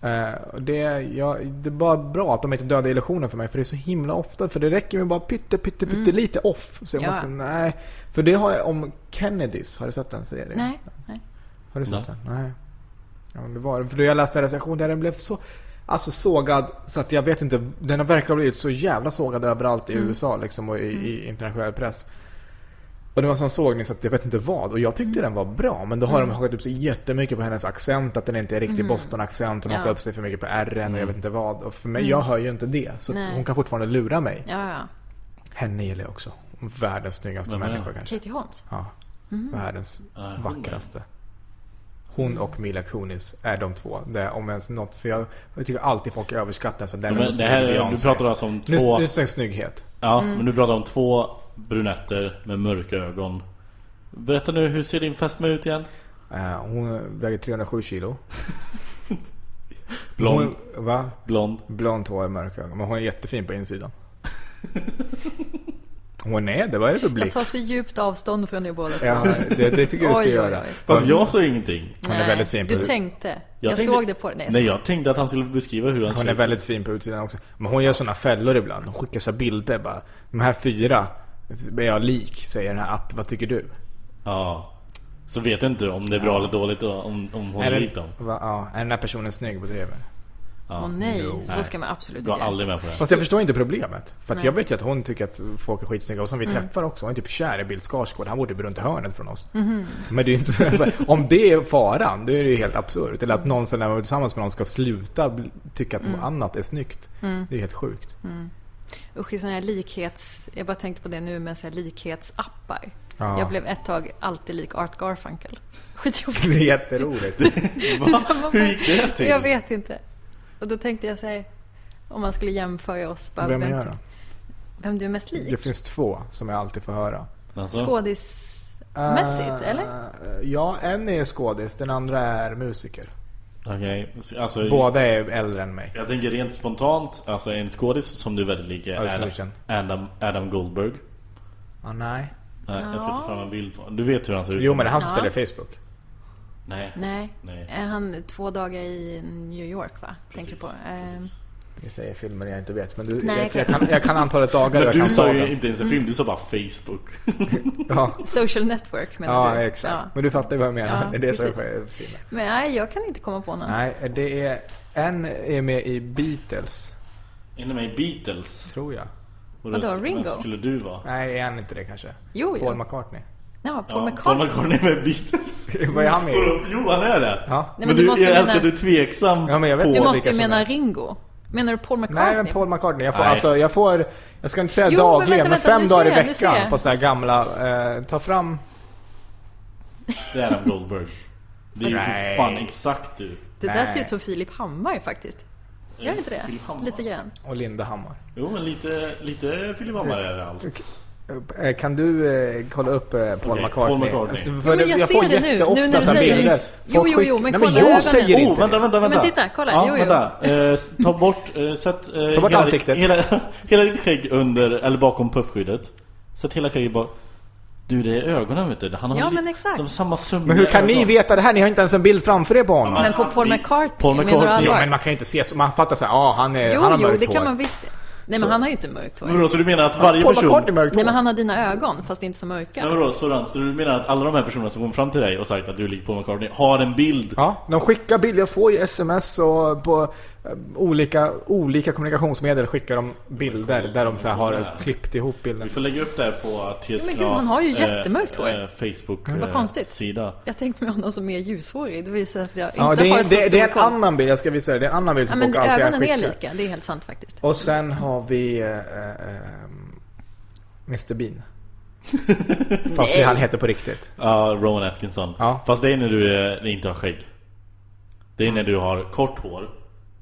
Eh, och det, ja, det är bara bra att de inte dödar illusionen för mig. För det är så himla ofta. För det räcker med bara pytte, pytte, pytte lite off. Så jag Mm. Ja. måste, nej. För det har jag om Kennedys. Har du sett den serien? nej, nej. Har du sett den? Nej. Ja, men det var För då jag läste en recension där den blev så alltså sågad så att jag vet inte. Den verkar ha blivit så jävla sågad överallt i Mm. USA liksom och i, i internationell press. Och det var en sån sågning så att jag vet inte vad. Och jag tyckte Mm. den var bra. Men då har de hakat upp sig jättemycket på hennes accent. Att den inte är riktig Boston-accent. De Mm. har hakat Ja. Mm. upp sig för mycket på R'n och jag vet inte vad. Och för mig, jag hör ju inte det. Så att Nej. hon kan fortfarande lura mig. Ja, ja. Henne gillar jag också. Världens snyggaste Vem är det? människa kanske. Katie Holmes. Ja. Mm. Världens hon vackraste. Hon och Mila Kunis är de två. Det är om ens något. För jag, jag tycker alltid folk överskattar så den Men så det snygg, här, är- du Beyoncé. pratar alltså om Nu, två... nu säger jag snygghet. Ja, men du pratar om två brunetter med mörka ögon. Berätta nu, hur ser din fästmö ut igen? Eh, hon väger 307 kilo. Blond, Hon, va? blond. Blont hår, mörka ögon. Men hon är jättefin på [LAUGHS] insidan. Hon är det. Vad är det för Jag blick? tar så djupt avstånd från er båda två. Ja, det, det tycker jag du ska Oj, oj, göra. oj. Fast jag sa ingenting. Hon är Nej, väldigt fin på Du ut- tänkte. Jag, såg det på dig. Nej, jag Nej, jag tänkte att han skulle beskriva hur han Hon ser är ut. väldigt fin på utsidan också. Men hon gör såna fällor ibland. Hon skickar så här bilder bara. De här fyra är jag lik, säger den här appen. Vad tycker du? Ja. Så vet du inte om det är bra eller dåligt och om, om hon Är är den, lik dem. va, ja, är den här personen snygg på TV? Åh nej, No. så Nej. ska man absolut Går inte göra. aldrig med på det. Fast jag förstår inte problemet. För att jag vet ju att hon tycker att folk är skitsnygga. Och som vi träffar också. Hon är typ kär i Bill Skarsgård. Han bor typ runt hörnet från oss. Men det är ju inte så, [LAUGHS] Om det är faran, då är det ju helt absurt. Eller att någon sen när man är tillsammans med någon ska sluta bli- tycka att något annat är snyggt. Det är helt sjukt. Usch, i såna här likhets... Jag bara tänkte på det nu med så här likhetsappar. Ja. Jag blev ett tag alltid lik Art Garfunkel. [LAUGHS] [LAUGHS] [LAUGHS] Det är Skitjobbigt. jätteroligt. Så man bara- Hur gick det till? Jag vet inte. Och då tänkte jag så här, om man skulle jämföra oss. Bara, Vem är jag då? vem du är mest lik? Det finns två som jag alltid får höra. Alltså, Skådismässigt, Eh. eller? Ja, en är skådis, den andra är musiker. Okej, alltså... Båda är äldre än mig. Jag tänker rent spontant, alltså en skådis som du är väldigt lik är Ja, det ska Adam, du känna. Adam, Adam Goldberg. Ah, nej. Nej, jag ska ta fram en bild på Du vet hur han ser ut? Jo, men han Ja. spelar i Facebook. Nej. Nej. Nej. Är han två dagar i New York, va? Tänker du på. Ehm, Vi säger filmer jag inte vet, men du, Nej, jag, jag, okej. kan, jag kan antalet dagar Men jag du kan sa ta ju den. inte ens en film, du sa bara Mm. Facebook. [LAUGHS] Ja, social network menar ja du? exakt. Ja. Men du fattar vad jag menar. Ja, det är det som precis. är filmen. Men nej, jag kan inte komma på någon. Nej, det är... En är med i Beatles, Innan mig Beatles. tror jag. Och Vadå, då- vem Ringo? skulle du vara? Nej, är han inte det kanske? Jo, jo. Paul McCartney. Ja, Ja, Paul Paul McCartney. McCartney med [LAUGHS] Beatles. Vad är han med i? Vadå? Jo, han är det. Ja. Nej, men men du, du måste jag ju älskar att du mena- är tveksam Ja, men jag vet på... inte Du Paul måste ju Dickinson mena där. Ringo. Menar du Paul Nej, McCartney? men Paul McCartney. Jag får, Nej. alltså, jag får... Jag ska inte säga Jo, men dagligen, men, vänta, vänta, fem nu ser dagar i jag, nu ser veckan jag. på så här gamla... Eh, ta fram... Det är Adam Goldberg. Det är ju för Nej. fan exakt du. det där Nej. ser ut som Filip Hammar faktiskt. Gör inte det? Filip Hammar. Lite grann. Och Linda Hammar. Jo, men lite, lite Philip Hammar är det allt. Eh, Kan du eh, kolla upp eh, Paul Okej, Paul McCartney? McCartney. Alltså, Jo, men jag ser det nu, jätteofta nu när du så här säger det. bilder. Jo, Folk jo, jo, skickar- men Nej, men kolla jag ögonen. säger Oh, inte vänta, det. vänta, vänta! men titta, kolla, Ja, jo, jo. vänta. Eh, s- ta bort, eh, sätt eh, Ta bort hela, ansiktet. hela, [LAUGHS] hela ditt skägg under, eller bakom puffskyddet. Sätt hela skägget bak. Du, det är ögonen vet du. Han har Ja, li- men exakt. De har samma sömniga Men hur kan ni ögon. veta det här? Ni har inte ens en bild framför er på honom. Ja, Men på Paul vi- McCartney, Paul menar du McCartney, Jo, allvar? men man kan ju inte se så. Man fattar så här, ja han, är, Eh, han Jo, har jo, mörkt det hår. kan man visst. Nej, men han har ju inte mörkt hår. Men vadå, så du menar att varje Paul person... McCartney mörkt Nej, men hår. han har dina ögon, fast inte så mörka. Nej, vadå, Soran, så du menar att alla de här personerna som kom fram till dig och sagt att du ligger på McCartney har en bild? Ja, de skickar bilder. Jag får ju sms och på eh, olika, olika kommunikationsmedel skickar de bilder där de så här har klippt ihop bilden. Vi får lägga upp det här på TS Men gud, han har eh, ju jättemörkt hår. Vad konstigt. Facebook-sida. Jag tänkte med honom som mer ljushårig. Det var ju så att jag inte Ja, det har är, så det, stor det är en koll. annan bild, jag ska visa dig. Det är en annan bild ja, som men folk alltid ögonen är skickar. lika, det är helt sant faktiskt. Och sen har vi eh, eh, eh, [LAUGHS] Mr Bean. Fast det han heter på riktigt. Ja, Rowan Atkinson. Ja. Fast det är när du eh, inte har skägg. Det är när du har kort hår.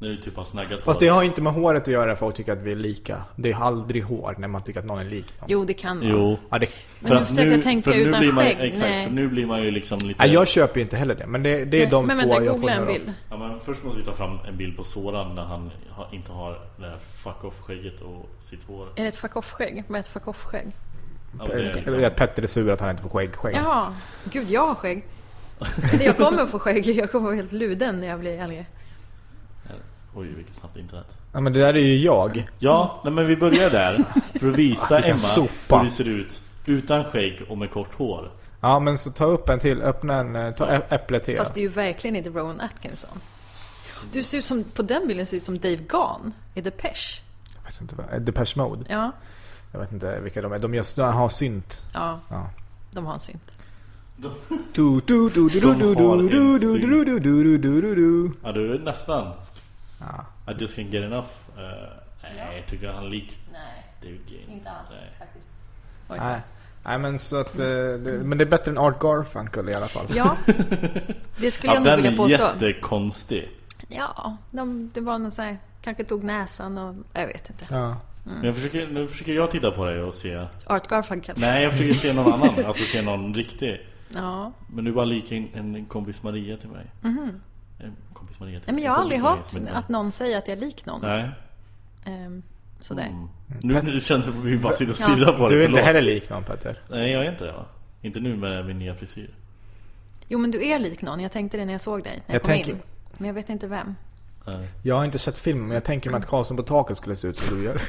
När du typ har snaggat Fast hår. det har ju inte med håret att göra, folk tycker att vi är lika. Det är aldrig hår när man tycker att någon är lik någon. Jo, det kan vara. Jo. Ja, det, Men nu försöker jag tänka för nu utan blir man, skägg. Exakt, Nej. för nu blir man ju liksom lite... ja, jag köper ju inte heller det, men det, det är de men två vänta, jag får googla en några av. bild. Ja, men först måste vi ta fram en bild på Soran när han har- inte har det här fuck off-skägget och sitt hår. Är det ett fuck off-skägg? Vad är ett fuck off-skägg? Ja, men det är Jag liksom- vet att Petter är sur att han inte får skägg. skägg. Jaha, gud jag har skägg. Eller jag kommer att få skägg, jag kommer att vara helt luden när jag blir äldre. Oj, vilket snabbt internet. Ja, men det där är ju jag. Ja, nej, men vi börjar där. För att visa [LAUGHS] Vilken Emma sopa. hur det ser ut utan skägg och med kort hår. Ja, men så ta upp en till, öppna en, eh, ta ä- äpple till. Fast det är ju verkligen inte Rowan Atkinson. Du ser ut som, på den bilden ser du ut som Dave Gahn i Depeche. Jag vet inte vad, eh, Depeche Mode. Ja, Jag vet inte vilka de är. De just, har synt. ja, Ja. de har en synt. Du, du, du, du, du, du, De har en du, du, synt. du, du, du, du, du, du. Ja, du är nästan. Ja. I just can't get enough. Eh, nej, jag tycker han är lik Nej, David Gain. Nej. faktiskt. Nej. Nej men så att, eh, det, men det är bättre än Art Garfunkel i alla fall. Ja, det skulle Ja, jag nog den vilja är påstå. Mm. jättekonstig. Ja, de, det var någon sån här, kanske tog näsan och jag vet inte. Ja. Men jag försöker, nu försöker jag titta på dig och se. Art Garfunkel. Nej, jag försöker se någon [LAUGHS] annan. Alltså se någon riktig. Ja. Men du är bara lik en, en kompis Maria till mig. En kompis Maria till Mhm. Nej, men en jag har kompis aldrig Maria hört som inte- att någon säger att jag är lik någon. Nej. Mm. Ehm, sådär. Nu, nu känns det som att vi bara sitter och stirrar på dig. Du är inte förlåt. heller lik någon Petter. Nej, jag är inte det va? Inte nu med min nya frisyr. Jo, men du är lik någon. Jag tänkte det när jag såg dig, när jag, Jag kom tänker- in. Men jag vet inte vem. Nej. Jag har inte sett filmen men jag tänker mig att Karlsson på taket skulle se ut som du gör.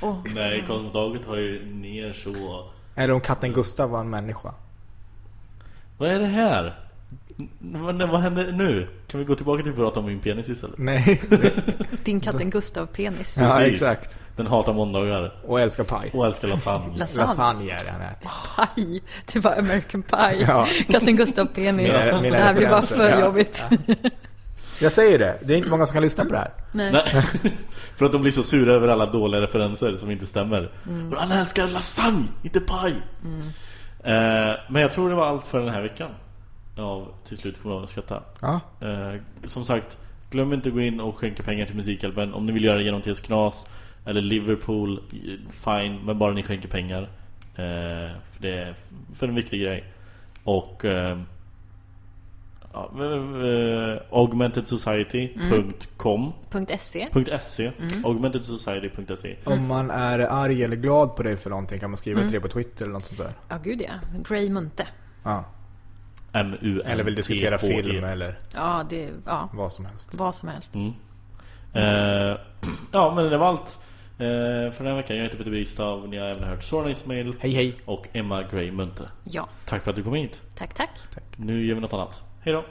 Åh, Nej, konstdaget har ju ner så... [LAUGHS] Eller om katten Gustav var en människa. Vad är det här? N- Men vad händer nu? Kan vi gå tillbaka till att prata om min penis istället? Nej. din [LAUGHS] katten Gustav Penis. Ja, Precis. exakt. Den hatar måndagar [LAUGHS] Och älskar paj. och älskar lasagne. Lasagne. Lasagne är det han äter. Paj. Det var American Pie. Ja. Katten Gustav Penis. Mina- mina det här blir bara referenser, för ja. jobbigt. Jag säger det, det är inte många som kan lyssna på det här. [LAUGHS] Nej. Nej, [LAUGHS] för att de blir så sura över alla dåliga referenser som inte stämmer. Men Han älskar lasagne, inte paj! Eh, men jag tror det var allt för den här veckan. Av Till slut kommer jag att skratta. Ja. Eh, som sagt, glöm inte att gå in och skänka pengar till Musikhjälpen. Om ni vill göra det genom TS Knas eller Liverpool, eh, fine. Men bara ni skänker pengar. Eh, för det är för en viktig grej. Och... Eh, ja, eh, augmentedsociety.com Punkt E. .se. .se, augmentedsociety.se Om man är arg eller glad på dig för någonting kan man skriva till det på Twitter eller något sånt där. Ja, gud ja. Grey Munte. Ja. M-U-N-T-H-E Eller vill diskutera E. film eller Ja, det... Ja. vad som helst. Vad som helst. Eh, Ja men det var allt eh, för den här veckan. Jag heter Peter Bristav, ni har även hört Soran Ismail Hej hej. och Emma Gray Munthe. Ja. Tack för att du kom hit. Tack, tack. Nu gör vi något annat. Hejdå!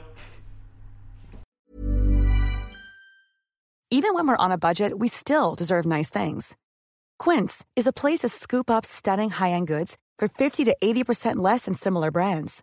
Even when we're on a budget, we still deserve nice things. Quince is a place to scoop up stunning high end goods for 50 to 80% less than similar brands.